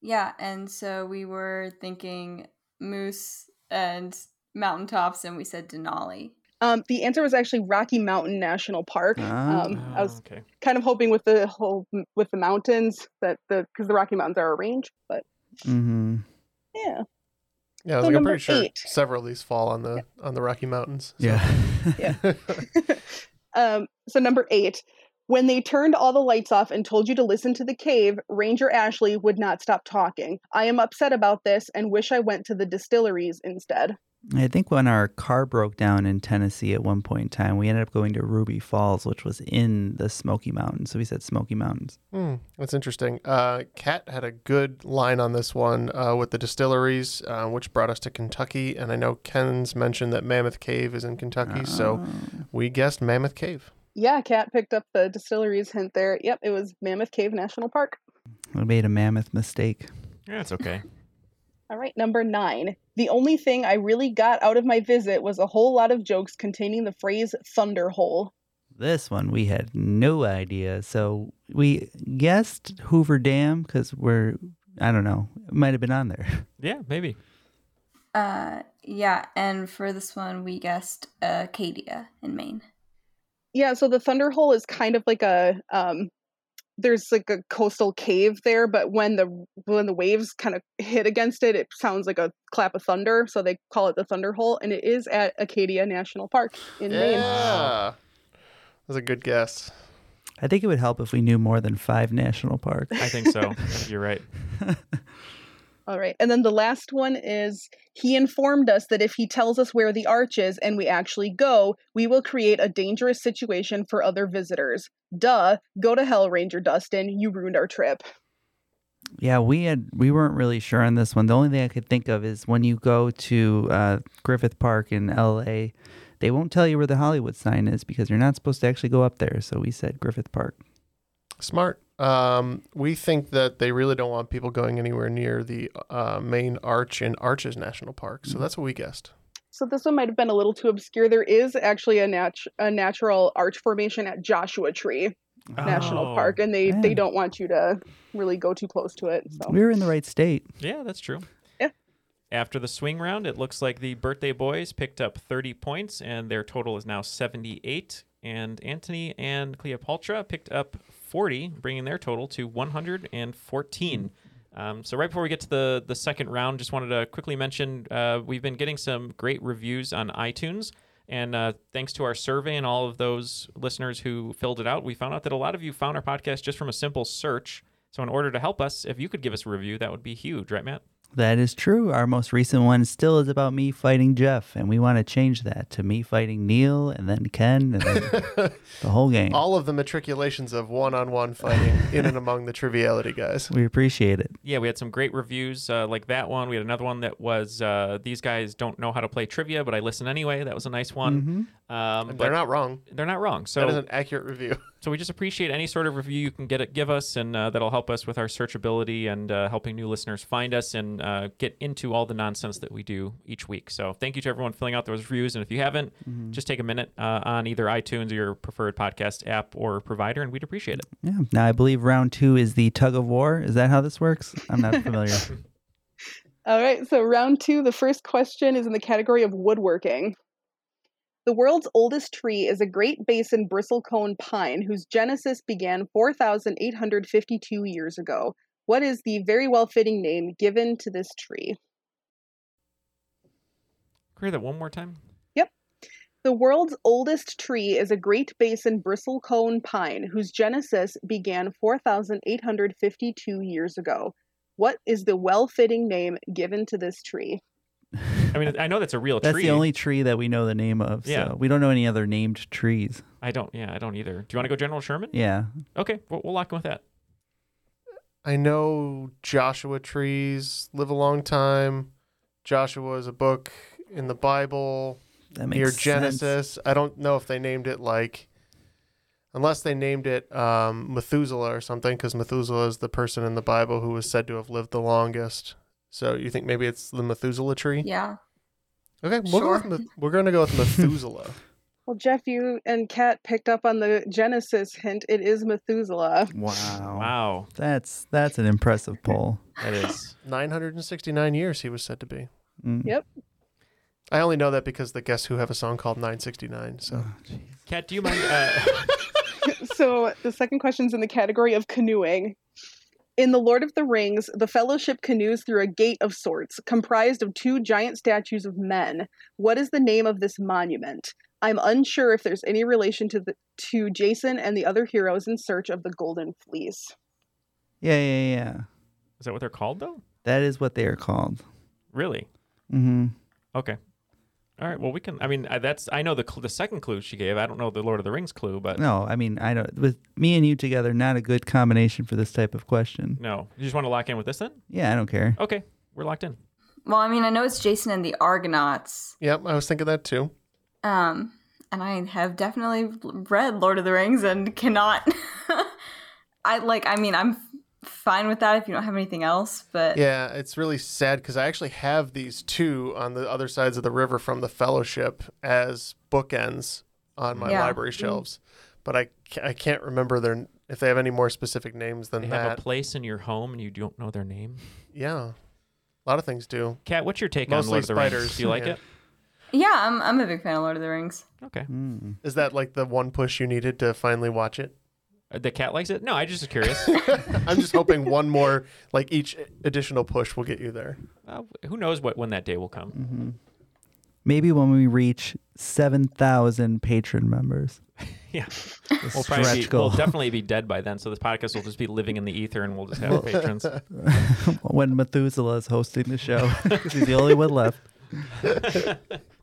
yeah, and so we were thinking moose and mountaintops, and we said Denali.
Um, the answer was actually Rocky Mountain National Park.
Ah.
Oh.
um,
Oh,
I was kind of hoping with the whole with the mountains that the because the Rocky Mountains are a range, but
Mm-hmm.
yeah.
Yeah, I was like,
So
I'm
number
pretty sure
eight.
several of these fall on the on the Rocky Mountains. so.
Yeah.
Um, so number eight, when they turned all the lights off and told you to listen to the cave, Ranger Ashley would not stop talking. I am upset about this and wish I went to the distilleries instead.
I think when our car broke down in Tennessee at one point in time, we ended up going to Ruby Falls, which was in the Smoky Mountains. So we said Smoky Mountains.
Hmm, that's interesting. Uh, Kat had a good line on this one uh, with the distilleries, uh, which brought us to Kentucky. And I know Ken's mentioned that Mammoth Cave is in
Uh,
Kentucky,
Ah.
so we guessed Mammoth Cave.
Yeah, Kat picked up the distilleries hint there. Yep, it was Mammoth Cave National Park.
We made a mammoth mistake.
Yeah, it's okay.
All right, number nine. The only thing I really got out of my visit was a whole lot of jokes containing the phrase thunder hole.
This one we had no idea. So we guessed Hoover Dam because we're, I don't know, it might have been on there.
Yeah, maybe.
Uh, yeah, and for this one, we guessed uh, Acadia in Maine.
Yeah, so the Thunder Hole is kind of like a um there's like a coastal cave there, but when the when the waves kind of hit against it, it sounds like a clap of thunder, so they call it the Thunder Hole, and it is at Acadia National Park in Maine.
Yeah. That's a good guess.
I think it would help if we knew more than five national parks.
I think so. You're right.
All right. And then the last one is he informed us that if he tells us where the arch is and we actually go, we will create a dangerous situation for other visitors. Duh, go to hell, Ranger Dustin. You ruined our trip.
Yeah, we had we weren't really sure on this one. The only thing I could think of is when you go to uh, Griffith Park in L.A., they won't tell you where the Hollywood sign is because you're not supposed to actually go up there. So we said Griffith Park.
Smart. Um, we think that they really don't want people going anywhere near the uh, main arch in Arches National Park, so that's what we guessed.
So this one might have been a little too obscure. There is actually a, nat- a natural arch formation at Joshua Tree National
Oh,
Park, and they, they
man.
don't want you to really go too close to it. So.
We were in the right state.
Yeah, that's true.
Yeah.
After the swing round, it looks like the birthday boys picked up 30 points, and their total is now 78. And Antony and Cleopatra picked up 40, bringing their total to 114. Um, so right before we get to the the second round, just wanted to quickly mention uh, we've been getting some great reviews on iTunes. And uh, thanks to our survey and all of those listeners who filled it out, we found out that a lot of you found our podcast just from a simple search. So, in order to help us, if you could give us a review, that would be huge, right, Matt?
That is true. Our most recent one still is about me fighting Jeff, and we want to change that to me fighting Neil and then Ken and then the whole game.
All of the matriculations of one-on-one fighting in and among the triviality guys.
We appreciate it.
Yeah, we had some great reviews uh, like that one. We had another one that was uh, these guys don't know how to play trivia, but I listen anyway. That was a nice
Mm-hmm.
one. Um,
And Mm-hmm. they're
but
not wrong.
They're not wrong. So
that is an accurate review.
so we just appreciate any sort of review you can get give us, and uh, that'll help us with our searchability and uh, helping new listeners find us and uh, get into all the nonsense that we do each week. So thank you to everyone filling out those reviews, and if you haven't,
Mhm.
just take a minute uh, on either iTunes or your preferred podcast app or provider, and we'd appreciate it.
Yeah. Now I believe round two is the tug of war. Is that how this works? I'm not familiar.
All right, so round two. The first question is in the category of woodworking. The world's oldest tree is a Great Basin bristlecone pine whose genesis began 4,852 years ago. What is the very well fitting name given to this tree?
Can you hear that one more time?
The world's oldest tree is a Great Basin bristlecone pine whose genesis began 4,852 years ago. What is the well fitting name given to this tree?
I mean, I know that's a real
That's
tree.
the only tree that we know the name of.
Yeah.
So we don't know any other named trees.
I don't. Yeah, I don't either. Do you want to go General Sherman?
Yeah.
Okay, we'll, we'll lock in with that.
I know Joshua trees live a long time. Joshua is a book in the Bible.
That
near
makes
Genesis. I don't know if they named it like, unless they named it um, Methuselah or something, because Methuselah is the person in the Bible who was said to have lived the longest. So you think maybe it's the Methuselah tree?
Yeah.
Okay, we'll go with
Sure.
Meth- we're going to go with Methuselah.
Well, Jeff, you and Kat picked up on the Genesis hint. It is Methuselah.
Wow.
Wow.
That's that's an impressive poll.
That is.
969 years he was said to be.
Mm.
Yep.
I only know that because the Guess Who have a song called 969.
Mm.
So
Kat, do you mind? Uh,
so the second question's in the category of canoeing. In The Lord of the Rings, the Fellowship canoes through a gate of sorts, comprised of two giant statues of men. What is the name of this monument? I'm unsure if there's any relation to the, to Jason and the other heroes in search of the Golden Fleece.
Yeah, yeah, yeah.
is that what they're called though?
That is what they are called.
Really?
Mm-hmm.
Okay. All right. Well, we can. I mean, I, that's. I know the cl- the second clue she gave. I don't know the Lord of the Rings clue, but
No, I mean I don't. With me and you together, not a good combination for this type of question.
no. You just want to lock in with this then?
Yeah, I don't care.
Okay, we're locked in.
Well, I mean, I know it's Jason and the Argonauts.
Yep, I was thinking that too.
Um, and I have definitely read Lord of the Rings and cannot. I like. I mean, I'm fine with that if you don't have anything else. But
Yeah, it's really sad because I actually have these two on the other sides of the river from the Fellowship as bookends on my
Yeah.
library
Mm.
shelves, but I, ca- I can't remember their if they have any more specific names than
They have
that.
a place in your home, and you don't know their name.
yeah, a lot of things do.
Kat, what's your take
Mostly
on Lord of the Rings?
spiders,
Do you like
yeah.
it?
yeah, I'm I'm a big fan of Lord of the Rings.
Okay.
Mm.
Is that like the one push you needed to finally watch it?
Uh, The cat likes it. No, I just was curious.
I'm just hoping one more, like each additional push will get you there.
uh, who knows what when that day will come?
Mm-hmm. Maybe when we reach seven thousand patron members.
Yeah.
A
We'll, probably be,
stretch
we'll
goal.
definitely be dead by then, so this podcast will just be living in the ether, and we'll just have patrons.
when Methuselah is hosting the show, 'cause he's the only one left.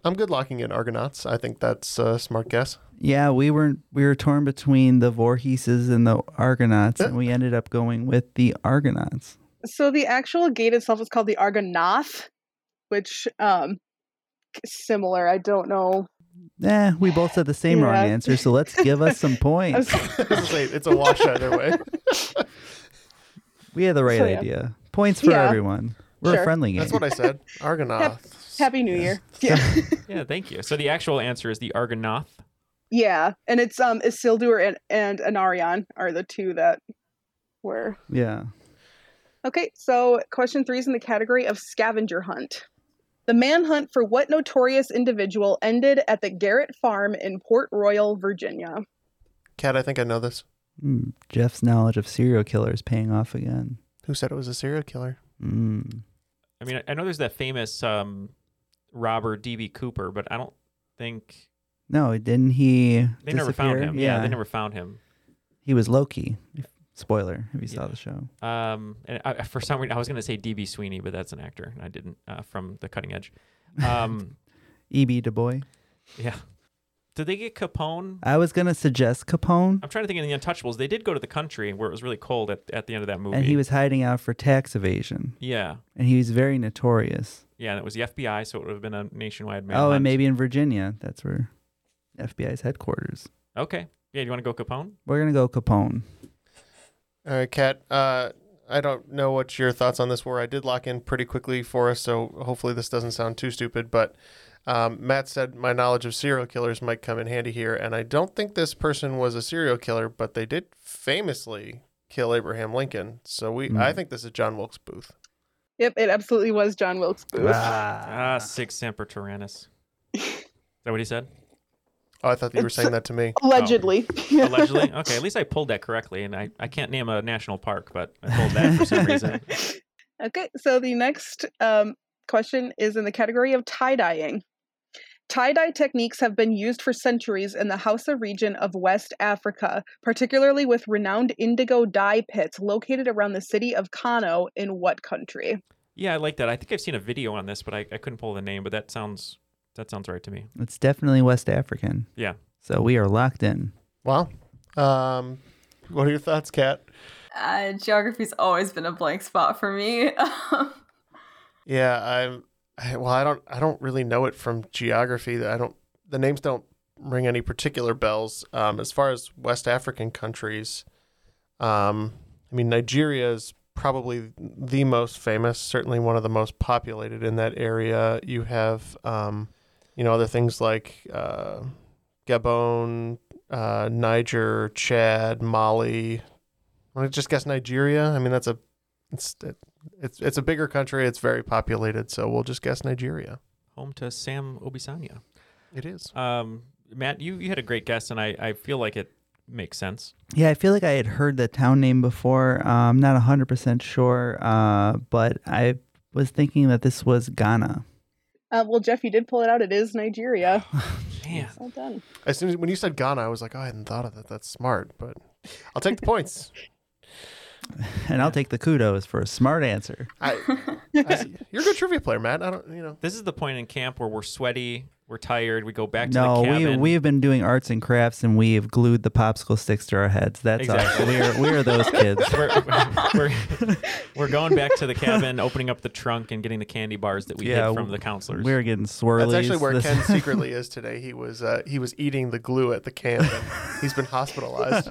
I'm good locking in Argonauts. I think that's a smart guess.
Yeah, we were we were torn between the Voorheeses and the Argonauts, and we ended up going with the Argonauts.
So the actual gate itself is called the Argonath, which um similar. I don't know.
Eh, we both said the same wrong
Yeah.
answer, so let's give us some points.
It's a- it's a wash either way.
We had the right
So, yeah.
idea. Points for
Yeah.
everyone. We're
Sure.
a friendly game.
That's what I said. Argonaut.
Happy New Year. Yeah.
yeah, thank you. So the actual answer is the Argonaut.
yeah. And it's um Isildur and, and Anarion are the two that were
Yeah.
Okay, so question three is in the category of scavenger hunt. The manhunt for what notorious individual ended at the Garrett Farm in Port Royal, Virginia?
Cat, I think I know this.
Mm, Jeff's knowledge of serial killers paying off again.
Who said it was a serial killer?
Mm.
I mean, I- I know there's that famous um, robber DB Cooper, but I don't think
No, didn't he
they
disappear?
never found him. Yeah. they never found him.
He was Loki. Spoiler if you saw the show.
Um, and I, I- for some reason, I was going to say DB Sweeney, but that's an actor, and I didn't uh, from The Cutting Edge. Um,
E.B. E Du Bois.
yeah. Did they get Capone?
I was gonna suggest Capone,
I'm trying to think of the Untouchables. They did go to the country where it was really cold at, at the end of that movie.
and he was hiding out for tax evasion.
Yeah.
and he was very notorious.
Yeah, and it was the FBI, so it would have been a nationwide man.
Oh, and maybe in Virginia, that's where FBI's headquarters.
Okay. Yeah, do you want to go Capone?
We're gonna go Capone.
All right, Kat. Uh, I don't know what your thoughts on this were. I did lock in pretty quickly for us, so hopefully this doesn't sound too stupid. But um, Matt said my knowledge of serial killers might come in handy here, and I don't think this person was a serial killer, but they did famously kill Abraham Lincoln. So we, I think this is John Wilkes Booth.
Yep, it absolutely was John Wilkes Booth.
Ah, six Semper Tyrannus. Is that what he said?
Oh, I thought you were saying that to me.
Allegedly.
Oh. Allegedly? Okay, at least I pulled that correctly, and I, I can't name a national park, but I pulled that for some reason.
Okay, so the next um, question is in the category of tie dyeing. Tie dye techniques have been used for centuries in the Hausa region of West Africa, particularly with renowned indigo dye pits located around the city of Kano in what country?
Yeah, I like that. I think I've seen a video on this, but I, I couldn't pull the name, but that sounds that sounds right to me.
It's definitely West African.
Yeah.
So we are locked in.
Wow. Um, what are your thoughts, Kat?
Uh, geography's always been a blank spot for me.
Yeah, I'm. I, well, I don't. I don't really know it from geography. That I don't. The names don't ring any particular bells. Um, as far as West African countries, um, I mean Nigeria is probably the most famous. Certainly one of the most populated in that area. You have, um, you know, other things like uh, Gabon, uh, Niger, Chad, Mali. Want to just guess Nigeria? I mean, that's a. It's it's it's a bigger country. It's very populated, so we'll just guess Nigeria.
Home to Sam Obisanya.
It is.
Um, Matt, you, you had a great guess, and I, I feel like it makes sense.
Yeah, I feel like I had heard the town name before. Uh, I'm not 100% sure, uh, but I was thinking that this was Ghana.
Uh, well, Jeff, you did pull it out. It is Nigeria.
Man.
Well done.
As soon as when you said Ghana, I was like, oh, I hadn't thought of that. That's smart, but I'll take the points.
And I'll take the kudos for a smart answer.
I, I- you're a good trivia player, Matt. I don't, you know.
This is the point in camp where we're sweaty, we're tired, we go back
no,
to the
we,
cabin.
we've been doing arts and crafts and we have glued the popsicle sticks to our heads. That's
Exactly.
us. We are, we are those kids.
we're, we're, we're, we're going back to the cabin, opening up the trunk, and getting the candy bars that we
Yeah,
hid from
w-
the counselors.
We're getting swirlies.
That's actually where
This-
Ken secretly is today. He was uh, he was eating the glue at the camp. And he's been hospitalized.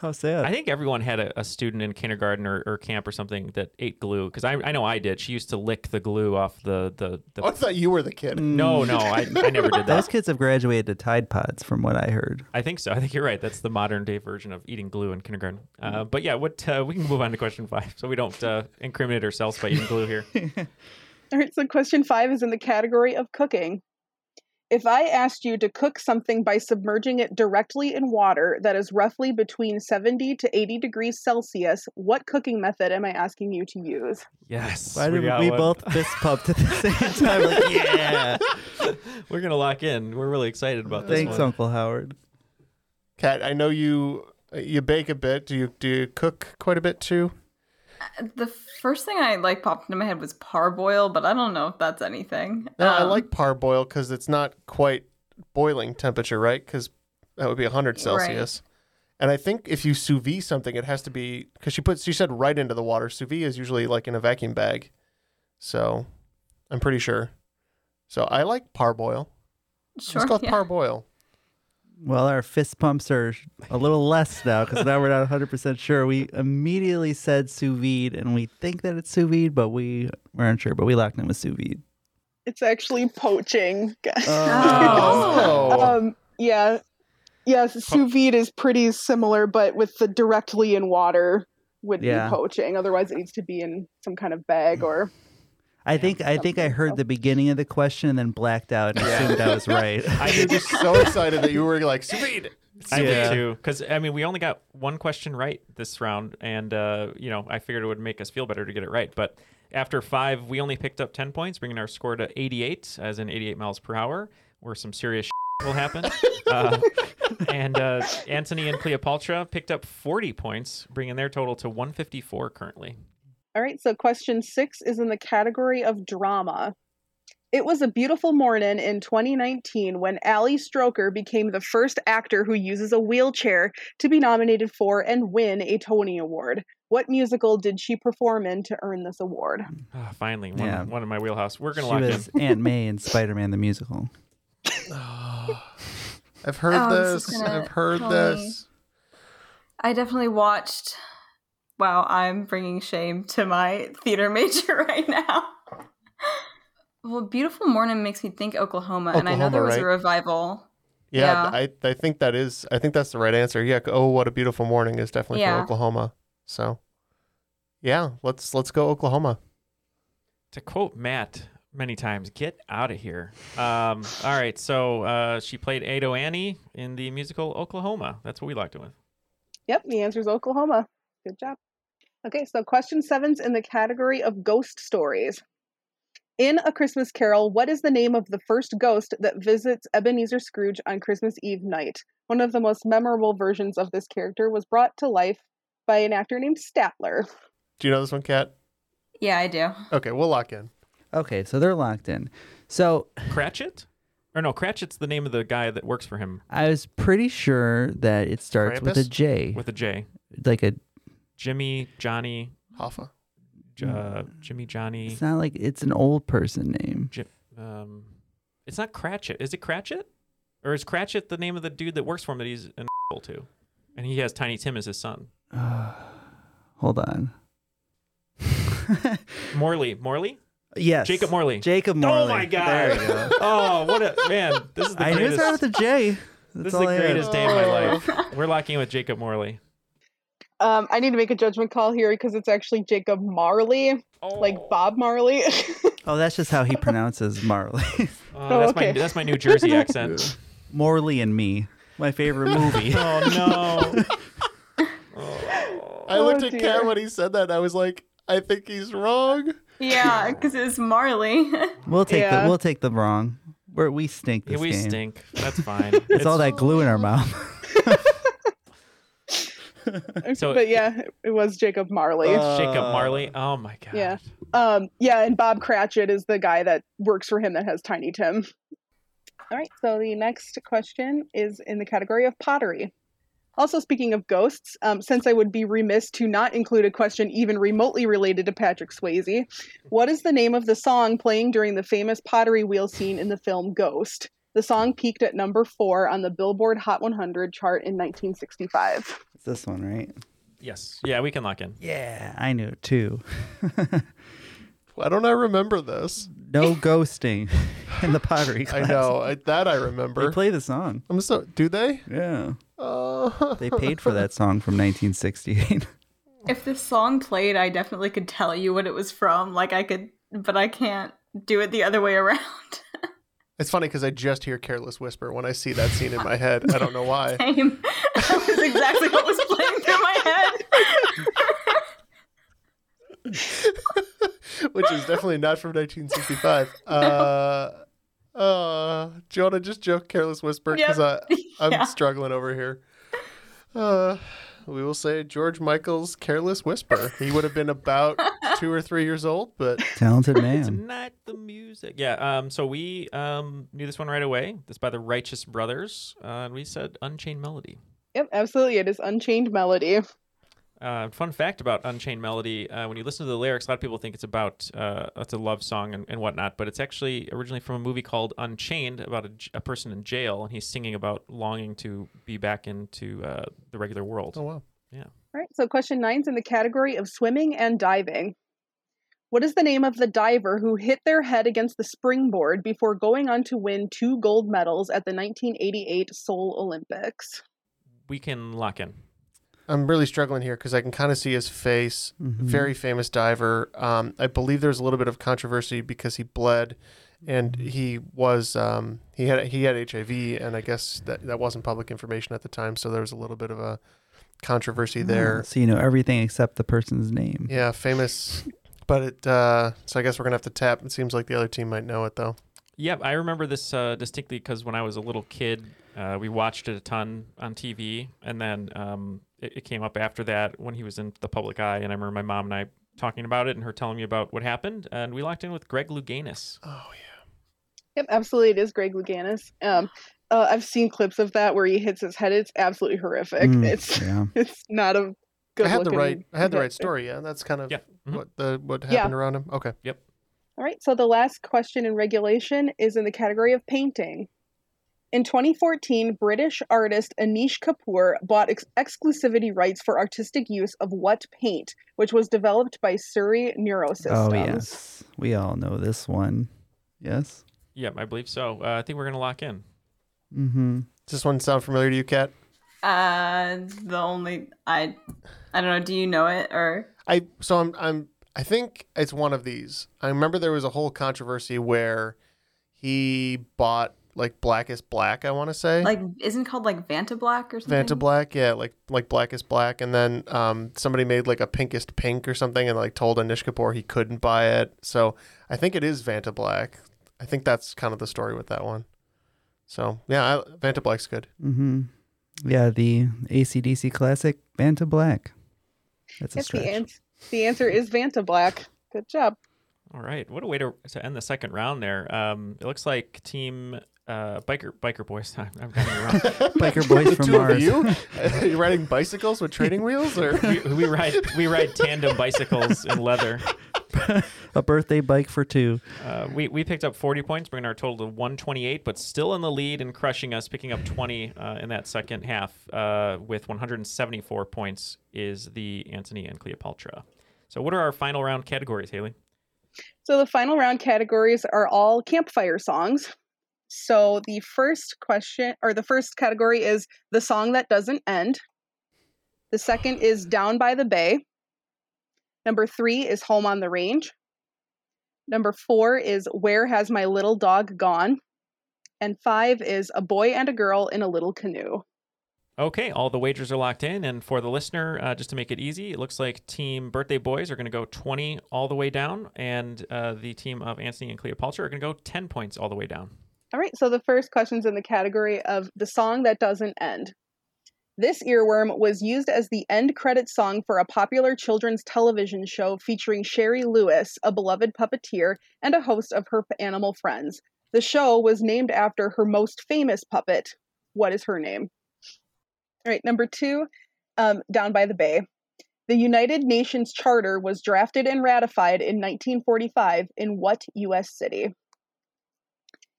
How sad.
I think everyone had a, a student in kindergarten or, or camp or something that ate glue because I, I know I did. She used to lick the glue off the the. the
Oh, I thought you were the kid.
no, no, I, I never did
Those
that.
kids have graduated to Tide Pods, from what I heard.
I think so. I think you're right. That's the modern day version of eating glue in kindergarten.
Mm-hmm.
Uh, but yeah, what uh, we can move on to question five, so we don't uh, incriminate ourselves by eating glue here.
All right, so question five is in the category of cooking. If I asked you to cook something by submerging it directly in water that is roughly between 70 to 80 degrees Celsius, what cooking method am I asking you to use?
Yes.
Why did
got
we
one.
both fist pumped at the same time? Like, yeah.
We're gonna lock in. We're really excited about this
Thanks,
one.
Uncle Howard.
Kat, I know you uh, you bake a bit. Do you do you cook quite a bit too?
Uh, the first thing I like popped into my head was parboil, but I don't know if that's anything.
No, I
Um,
like parboil because it's not quite boiling temperature, right? Because that would be 100 Celsius. And I think if you sous vide something, it has to be because she put she said right into the water. Sous vide is usually like in a vacuum bag, so I'm pretty sure. So I like parboil.
sure,
Let's go with
yeah.
parboil.
Well, our fist pumps are a little less now because now we're not 100% sure. We immediately said sous vide and we think that it's sous vide, but we weren't sure. But we locked in with sous vide.
It's actually poaching. guys.
Oh.
Oh,
um, yeah. Yes, sous vide is pretty similar, but with the directly in water would
Yeah.
be poaching. Otherwise, it needs to be in some kind of bag or.
I think I think I heard the beginning of the question and then blacked out and assumed I was right.
I was just so excited that you were like sous vide.
I
Yeah.
did too, because I mean, we only got one question right this round, and uh, you know, I figured it would make us feel better to get it right. But after five, we only picked up ten points, bringing our score to eighty-eight, as in eighty-eight miles per hour. We're some serious will happen. Uh, and uh, Antony and Cleopatra picked up 40 points, bringing their total to 154 currently.
All right, so question six is in the category of drama. It was a beautiful morning in 2019 when Ali Stroker became the first actor who uses a wheelchair to be nominated for and win a Tony Award. What musical did she perform in to earn this award?
Ah, finally, one,
Yeah.
one in my wheelhouse. We're going to
She
lock
was
in.
Aunt May in Spider Man the musical.
I've heard
Oh,
this.
this is gonna
I've heard
kill
this.
I definitely watched. Wow, I'm bringing shame to my theater major right now. Well, Beautiful Morning makes me think Oklahoma, and I know there
Oklahoma,
was a
right?
revival.
Yeah, I I think that is. I think that's the right answer. Yeah. Oh, what a beautiful morning is definitely
Yeah.
from Oklahoma. So, yeah, let's let's go Oklahoma.
To quote Matt many times, get out of here. Um, all right, so uh, she played Ado Annie in the musical Oklahoma. That's what we locked in with.
Yep, the answer is Oklahoma. Good job. Okay, so question seven's in the category of ghost stories. In A Christmas Carol, what is the name of the first ghost that visits Ebenezer Scrooge on Christmas Eve night? One of the most memorable versions of this character was brought to life by an actor named Statler.
Do you know this one, Kat?
Yeah, I do.
Okay, we'll lock in.
Okay, so they're locked in. So
Cratchit? Or no, Cratchit's the name of the guy that works for him
I was pretty sure that it starts with a
Krampus?
J.
with a J.
like a.
Jimmy, Johnny,
Hoffa.
J- uh, Jimmy, Johnny.
Mm. It's not like it's an old person name.
Jim, um, it's not Cratchit. Is it Cratchit? Or is Cratchit the name of the dude that works for him that he's an asshole to? And he has Tiny Tim as his son.
Hold on.
Morley. Morley?
Yes.
Jacob Morley.
Jacob
Oh
Morley.
my God.
There we go.
oh, what a man. This is the
I knew it
greatest.
started with a J. That's
this is
all I
the
had.
greatest day of my life. We're locking in with Jacob Morley.
Um, I need to make a judgment call here because it's actually Jacob Marley, like Bob Marley.
Oh, that's just how he pronounces Marley.
Uh,
Oh,
that's my
okay.
that's my New Jersey accent.
Morley and Me, my favorite movie.
oh no.
I
Oh,
looked at
dear.
Kat when he said that. And I was like, I think he's wrong.
Yeah, because it was Marley.
We'll take
Yeah.
the we'll take the wrong. We're, we stink
Yeah,
this
we
game.
stink. That's fine.
It's, all that glue in our mouth.
So- Uh,
but yeah, it- it was Jacob Marley.
Jacob Marley.
Uh,
Oh my god.
Yeah. Um, yeah, and Bob Cratchit is the guy that works for him that has Tiny Tim. All right, so the next question is in the category of pottery. Also, speaking of ghosts, um, since I would be remiss to not include a question even remotely related to Patrick Swayze, what is the name of the song playing during the famous pottery wheel scene in the film Ghost? The song peaked at number four on the Billboard Hot 100 chart in 1965.
It's this one, right?
Yes. Yeah, we can lock in.
Yeah, I knew it too.
Why don't I remember this?
No ghosting in the pottery
I
class.
know I, that I
They
remember.
play the song.
I'm so. Do they?
Yeah.
Uh,
They paid for that song from 1968.
if this song played, I definitely could tell you what it was from. Like I could, but I can't do it the other way around.
It's funny because I just hear "Careless Whisper" when I see that scene in my head. I don't know why.
Same. that was exactly what was playing through my head.
which is definitely not from 1965. Uh, uh, do you want to just joke careless whisper? Because
Yep.
I'm
Yeah.
struggling over here. Uh, we will say George Michael's Careless Whisper. He would have been about two or three years old, but
Talented man.
Not the music. Yeah. Um. So we um knew this one right away. This by the Righteous Brothers. Uh, and we said Unchained Melody.
Yep, absolutely. It is Unchained Melody.
Uh, fun fact about Unchained Melody: uh, when you listen to the lyrics, a lot of people think it's about uh, it's a love song and, and whatnot, but it's actually originally from a movie called Unchained about a, j- a person in jail, and he's singing about longing to be back into uh, the regular world.
oh wow.
Yeah.
All right, so question nine's in the category of swimming and diving. What is the name of the diver who hit their head against the springboard before going on to win two gold medals at the 1988 Seoul Olympics?
We can lock in.
I'm really struggling here because I can kind of see his face.
Mm-hmm.
Very famous diver. Um, I believe there's a little bit of controversy because he bled, and
Mm-hmm.
he was um, he had he had HIV, and I guess that that wasn't public information at the time, so there was a little bit of a controversy there.
So you know everything except the person's name.
Yeah, famous. But it, uh, so I guess we're gonna have to tap. It seems like the other team might know it though.
Yep, I remember this uh, distinctly because when I was a little kid, uh, we watched it a ton on TV, and then um, it, it came up after that when he was in the public eye, and I remember my mom and I talking about it and her telling me about what happened, and we locked in with Greg Louganis. Oh
Yep, absolutely. It is Greg Louganis. Um, uh, I've seen clips of that where he hits his head. It's absolutely horrific.
Mm,
it's
yeah.
it's not a good.
I had the
looking
right. I had the right
vector.
story. Yeah, that's kind of what the what
Yeah.
happened around him. Okay.
Yep.
All right, so the last question in regulation is in the category of painting. In 2014, British artist Anish Kapoor bought ex- exclusivity rights for artistic use of what paint, which was developed by Surrey Neurosystems.
Oh yes, we all know this one. Yes.
Yep, I believe so. Uh, I think we're gonna lock in.
Mm-hmm.
Does this one sound familiar to you, Kat?
Uh, the only I, I don't know. Do you know it or?
I so I'm I'm I think it's one of these. I remember there was a whole controversy where he bought like Blackest Black. I want to say
Like, isn't it called like Vanta Black or something?
Vanta Black, yeah, like like Blackest Black, and then um, somebody made like a Pinkest Pink or something, and like told Anish Kapoor he couldn't buy it. So I think it is Vanta Black. I think that's kind of the story with that one. So yeah, I, Vanta Black's good.
Mm-hmm. Yeah, the ACDC classic Banta Black. That's a
Yes, the,
stretch.
ans- the answer is Vanta Black. Good job.
All right, what a way to, to end the second round there. Um, it looks like Team uh, Biker Biker Boys. I'm, I'm getting it wrong.
Biker boys
the
from
two
Mars.
Of you? Are you riding bicycles with training wheels, or
we, we ride we ride tandem bicycles in leather.
a birthday bike for two.
Uh, we, we picked up 40 points, bringing our total to 128, but still in the lead and crushing us, picking up 20 uh, in that second half uh, with 174 points is the Antony and Cleopatra. So, what are our final round categories, Haley?
So the final round categories are all campfire songs. So the first question or the first category is the song that doesn't end. The second is Down by the Bay. Number 3 is Home on the Range. Number 4 is Where Has My Little Dog Gone? And 5 is A Boy and a Girl in a Little Canoe.
Okay, all the wagers are locked in. And for the listener, uh, just to make it easy, it looks like Team Birthday Boys are going to go 20 all the way down, and uh, the team of Antony and Cleopatra are going to go 10 points all the way down.
All right, so the first question's in the category of the song that doesn't end. This earworm was used as the end credit song for a popular children's television show featuring Sherry Lewis, a beloved puppeteer, and a host of her animal friends. The show was named after her most famous puppet. What is her name? All right, number two, um, Down by the Bay. The United Nations Charter was drafted and ratified in 1945 in what U.S. city?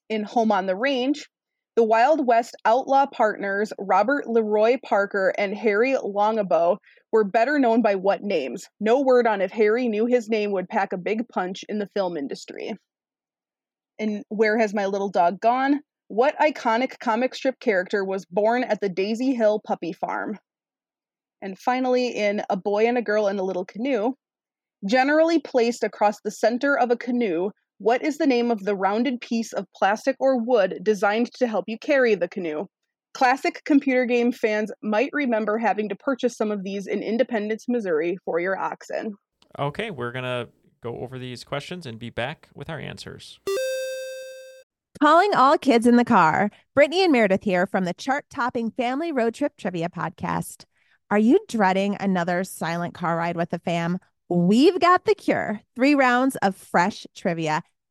in Home on the Range, the Wild West outlaw partners Robert Leroy Parker and Harry Longabo were better known by what names? No word on if Harry knew his name would pack a big punch in the film industry. And Where Has My Little Dog Gone? What iconic comic strip character was born at the Daisy Hill Puppy Farm? And finally, in A Boy and a Girl in a Little Canoe, generally placed across the center of a canoe, what is the name of the rounded piece of plastic or wood designed to help you carry the canoe? Classic computer game fans might remember having to purchase some of these in Independence, Missouri for your oxen.
Okay, we're going to go over these questions and be back with our answers.
Calling all kids in the car. Brittany and Meredith here from the chart topping Family Road Trip Trivia Podcast. Are you dreading another silent car ride with the fam? We've got the cure. Three rounds of fresh trivia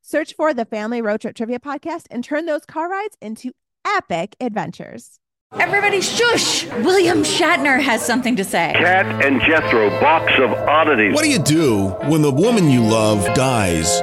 Search for the Family Road Trip Trivia Podcast and turn those car rides into epic adventures.
Everybody, shush! William Shatner has something to say.
Cat and Jethro, box of oddities.
What do you do when the woman you love dies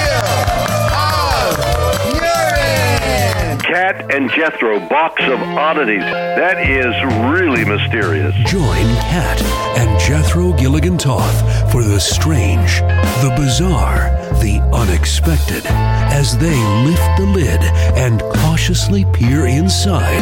Cat and Jethro Box of Oddities. That is really mysterious.
Join Kat and Jethro Gilligan Toth for the strange, the bizarre, the unexpected as they lift the lid and cautiously peer inside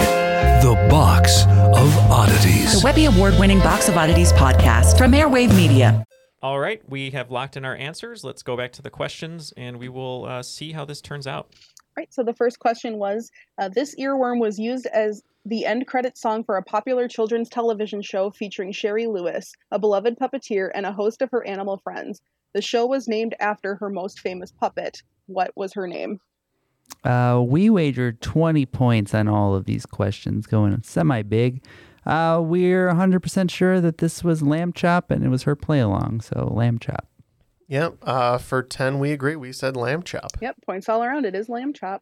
the Box of
The
Oddities.
Webby Award winning Box of Oddities podcast from Airwave Media.
All right, we have locked in our answers. Let's go back to the questions and we will uh, see how this turns out.
Right. So the first question was uh, This earworm was used as the end credit song for a popular children's television show featuring Sherry Lewis, a beloved puppeteer and a host of her animal friends. The show was named after her most famous puppet. What was her name?
Uh, we wagered 20 points on all of these questions, going semi big. Uh, we're 100% sure that this was Lamb Chop and it was her play along, so Lamb Chop.
Yep. Uh, for 10, we agree. We said lamb chop.
Yep. Points all around. It is lamb chop.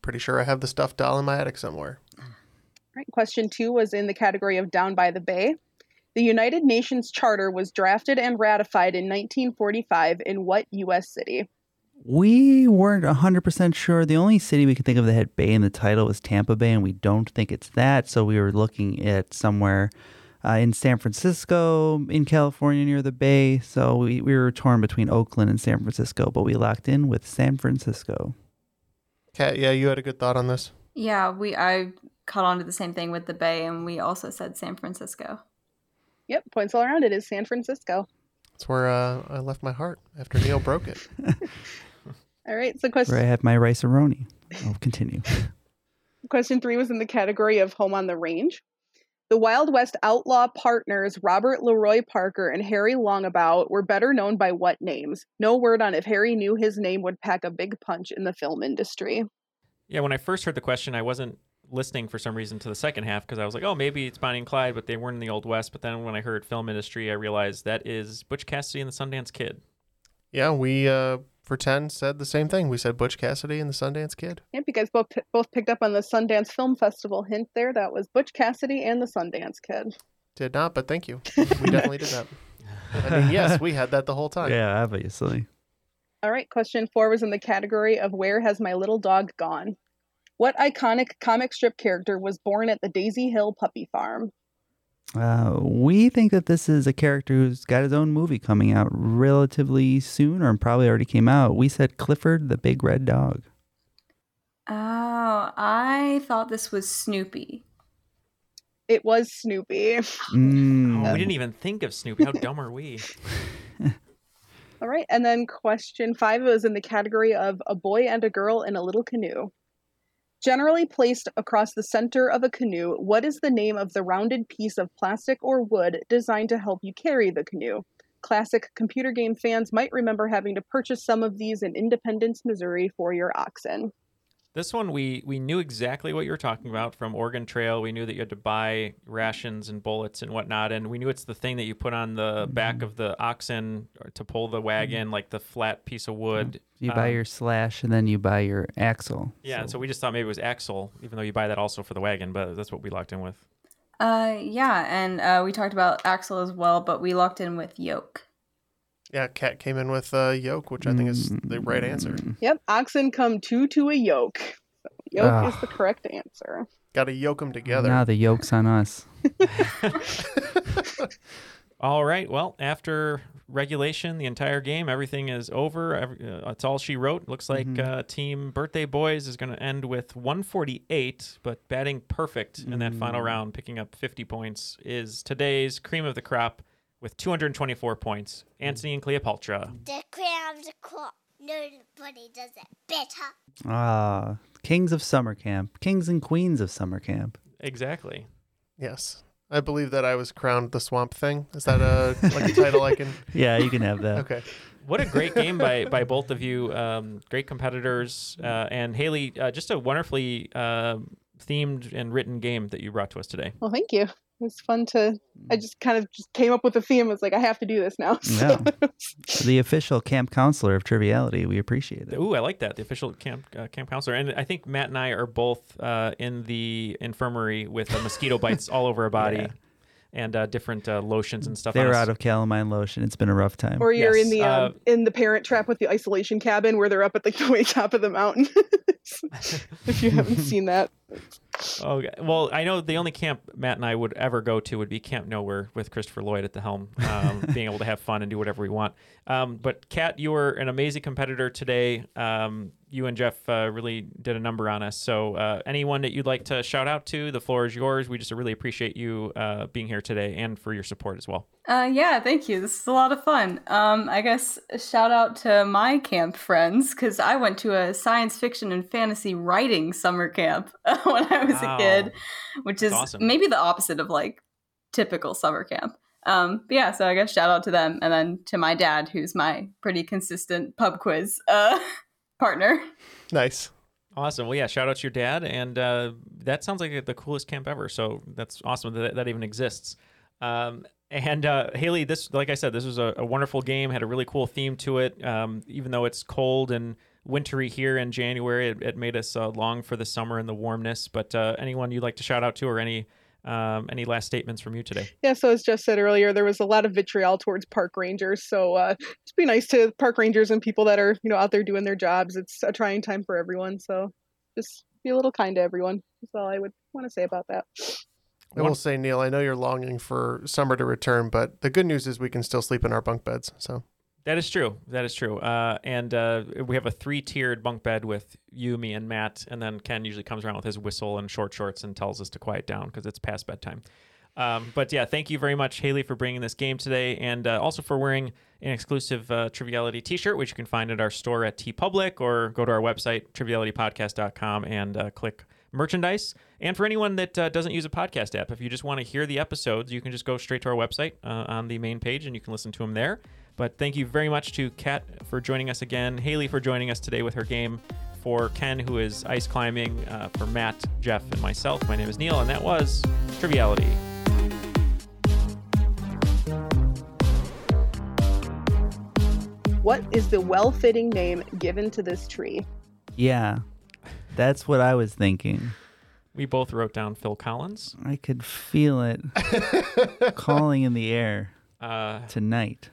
Pretty sure I have the stuffed doll in my attic somewhere.
Right. Question two was in the category of Down by the Bay. The United Nations Charter was drafted and ratified in 1945 in what U.S. city?
We weren't 100% sure. The only city we could think of that had Bay in the title was Tampa Bay, and we don't think it's that. So we were looking at somewhere uh, in San Francisco, in California, near the Bay. So we, we were torn between Oakland and San Francisco, but we locked in with San Francisco.
Kat, yeah, you had a good thought on this.
Yeah, we I caught on to the same thing with the Bay, and we also said San Francisco.
Yep. Points all around. It is San Francisco.
That's where uh, I left my heart after Neil broke it.
All right. So question
Where I had my rice aroni. I'll continue.
Question three was in the category of Home on the Range. The Wild West outlaw partners Robert Leroy Parker and Harry Longabout were better known by what names? No word on if Harry knew his name would pack a big punch in the film industry.
Yeah, when I first heard the question, I wasn't listening for some reason to the second half because I was like, oh, maybe it's Bonnie and Clyde, but they weren't in the Old West. But then when I heard film industry, I realized that is Butch Cassidy and the Sundance Kid.
yeah, we, uh, for 10, said the same thing. We said Butch Cassidy and the Sundance Kid.
Yep, you guys both both picked up on the Sundance Film Festival hint there. That was Butch Cassidy and the Sundance Kid.
Did not, but thank you. We definitely did that. I mean, yes, we had that the whole time.
yeah, obviously.
All right, question four was in the category of Where Has My Little Dog Gone? What iconic comic strip character was born at the Daisy Hill Puppy Farm?
Uh, we think that this is a character who's got his own movie coming out relatively soon, or probably already came out. We said Clifford the Big Red Dog.
Oh, I thought this was Snoopy.
It was Snoopy.
Mm.
Oh, we didn't even think of Snoopy. How dumb are we?
All right, and then question five was in the category of a boy and a girl in a little canoe. Generally placed across the center of a canoe, what is the name of the rounded piece of plastic or wood designed to help you carry the canoe? Classic computer game fans might remember having to purchase some of these in Independence, Missouri for your oxen.
This one we we knew exactly what you were talking about from Oregon Trail. We knew that you had to buy rations and bullets and whatnot, and we knew it's the thing that you put on the back of the oxen or to pull the wagon, like the flat piece of wood.
You buy
Um,
your slash and then you buy your axle.
yeah. So. we just thought maybe it was axle, even though you buy that also for the wagon, but that's what we locked in with.
Uh, yeah, and uh, we talked about Axel as well, but we locked in with Yoke.
Yeah, Kat came in with uh, yoke, which I think is
mm,
the right answer.
Yep, oxen come two to a yoke. So yoke is
Ah.
the correct answer.
Got to yoke them together.
Now the yoke's on us.
All right. Well, after regulation, the entire game, everything is over. Every, uh, it's all she wrote. Looks like uh, Team Birthday Boys is going to end with 148, but batting perfect in that final round, picking up 50 points, is today's cream of the crop with 224 points. Antony and Cleopatra.
The cream of the crop. Nobody does it better.
Ah, kings of summer camp, kings and queens of summer camp.
Exactly.
Yes. I believe that I was crowned the swamp thing. Is that a, like a title I can?
Yeah, you can have that.
Okay.
What a great game by, by both of you. Um, great competitors. Uh, and Haley, uh, just a wonderfully um themed and written game that you brought to us today.
Well, thank you. It was fun to. I just kind of just came up with a theme. I was like, I have to do this now.
Yeah. the official camp counselor of triviality. We appreciate it.
Ooh, I like that. The official camp uh, camp counselor, and I think Matt and I are both uh, in the infirmary with uh, mosquito bites all over our body, and uh, different uh, lotions and stuff. on
They're
us.
out of calamine lotion. It's been a rough time.
Or you're in the um, in the parent trap with the isolation cabin where they're up at the way top of the mountain. if you haven't seen that,
Okay. Oh, Well, I know the only camp Matt and I would ever go to would be Camp Nowhere with Christopher Lloyd at the helm, um, being able to have fun and do whatever we want. Um, but Kat, you were an amazing competitor today. Um, you and Jeff uh, really did a number on us. So, uh, anyone that you'd like to shout out to, the floor is yours. We just really appreciate you uh, being here today and for your support as well.
Uh, yeah, thank you. This is a lot of fun. Um, I guess a shout out to my camp friends because I went to a science fiction and fantasy writing summer camp when I was
Wow.
a kid, which is
That's awesome.
maybe the opposite of like typical summer camp. Um, but yeah, so I guess shout out to them and then to my dad, who's my pretty consistent pub quiz uh, partner.
Nice.
Awesome. Well, yeah, shout out to your dad. And uh, that sounds like the coolest camp ever. So that's awesome that that even exists. Um, and uh, Haley, this, like I said, this was a, a wonderful game, had a really cool theme to it. Um, even though it's cold and wintry here in January, it, it made us uh, long for the summer and the warmness. But uh, anyone you'd like to shout out to or any um, any last statements from you today?
yeah. So as Jeff said earlier, there was a lot of vitriol towards park rangers. So uh, just be nice to park rangers and people that are you know out there doing their jobs. It's a trying time for everyone. So just be a little kind to everyone. That's all I would want to say about that.
I will say, Neil, I know you're longing for summer to return, but the good news is we can still sleep in our bunk beds. So
That is true. That is true. Uh, and uh, we have a three-tiered bunk bed with you, me, and Matt. And then Ken usually comes around with his whistle and short shorts and tells us to quiet down because it's past bedtime. Um, but yeah, thank you very much, Haley, for bringing this game today, and uh, also for wearing an exclusive uh, Triviality T-shirt, which you can find at our store at TeePublic or go to our website trivialitypodcast.com and uh, click merchandise. And for anyone that uh, doesn't use a podcast app, if you just want to hear the episodes, you can just go straight to our website uh, on the main page and you can listen to them there. But thank you very much to Kat for joining us again, Haley for joining us today with her game, for Ken, who is ice climbing, uh, for Matt, Jeff, and myself. My name is Neil, and that was Triviality.
What is the well-fitting name given to this tree?
Yeah. That's what I was thinking.
We both wrote down Phil Collins.
I could feel it calling in the air
Uh,
tonight.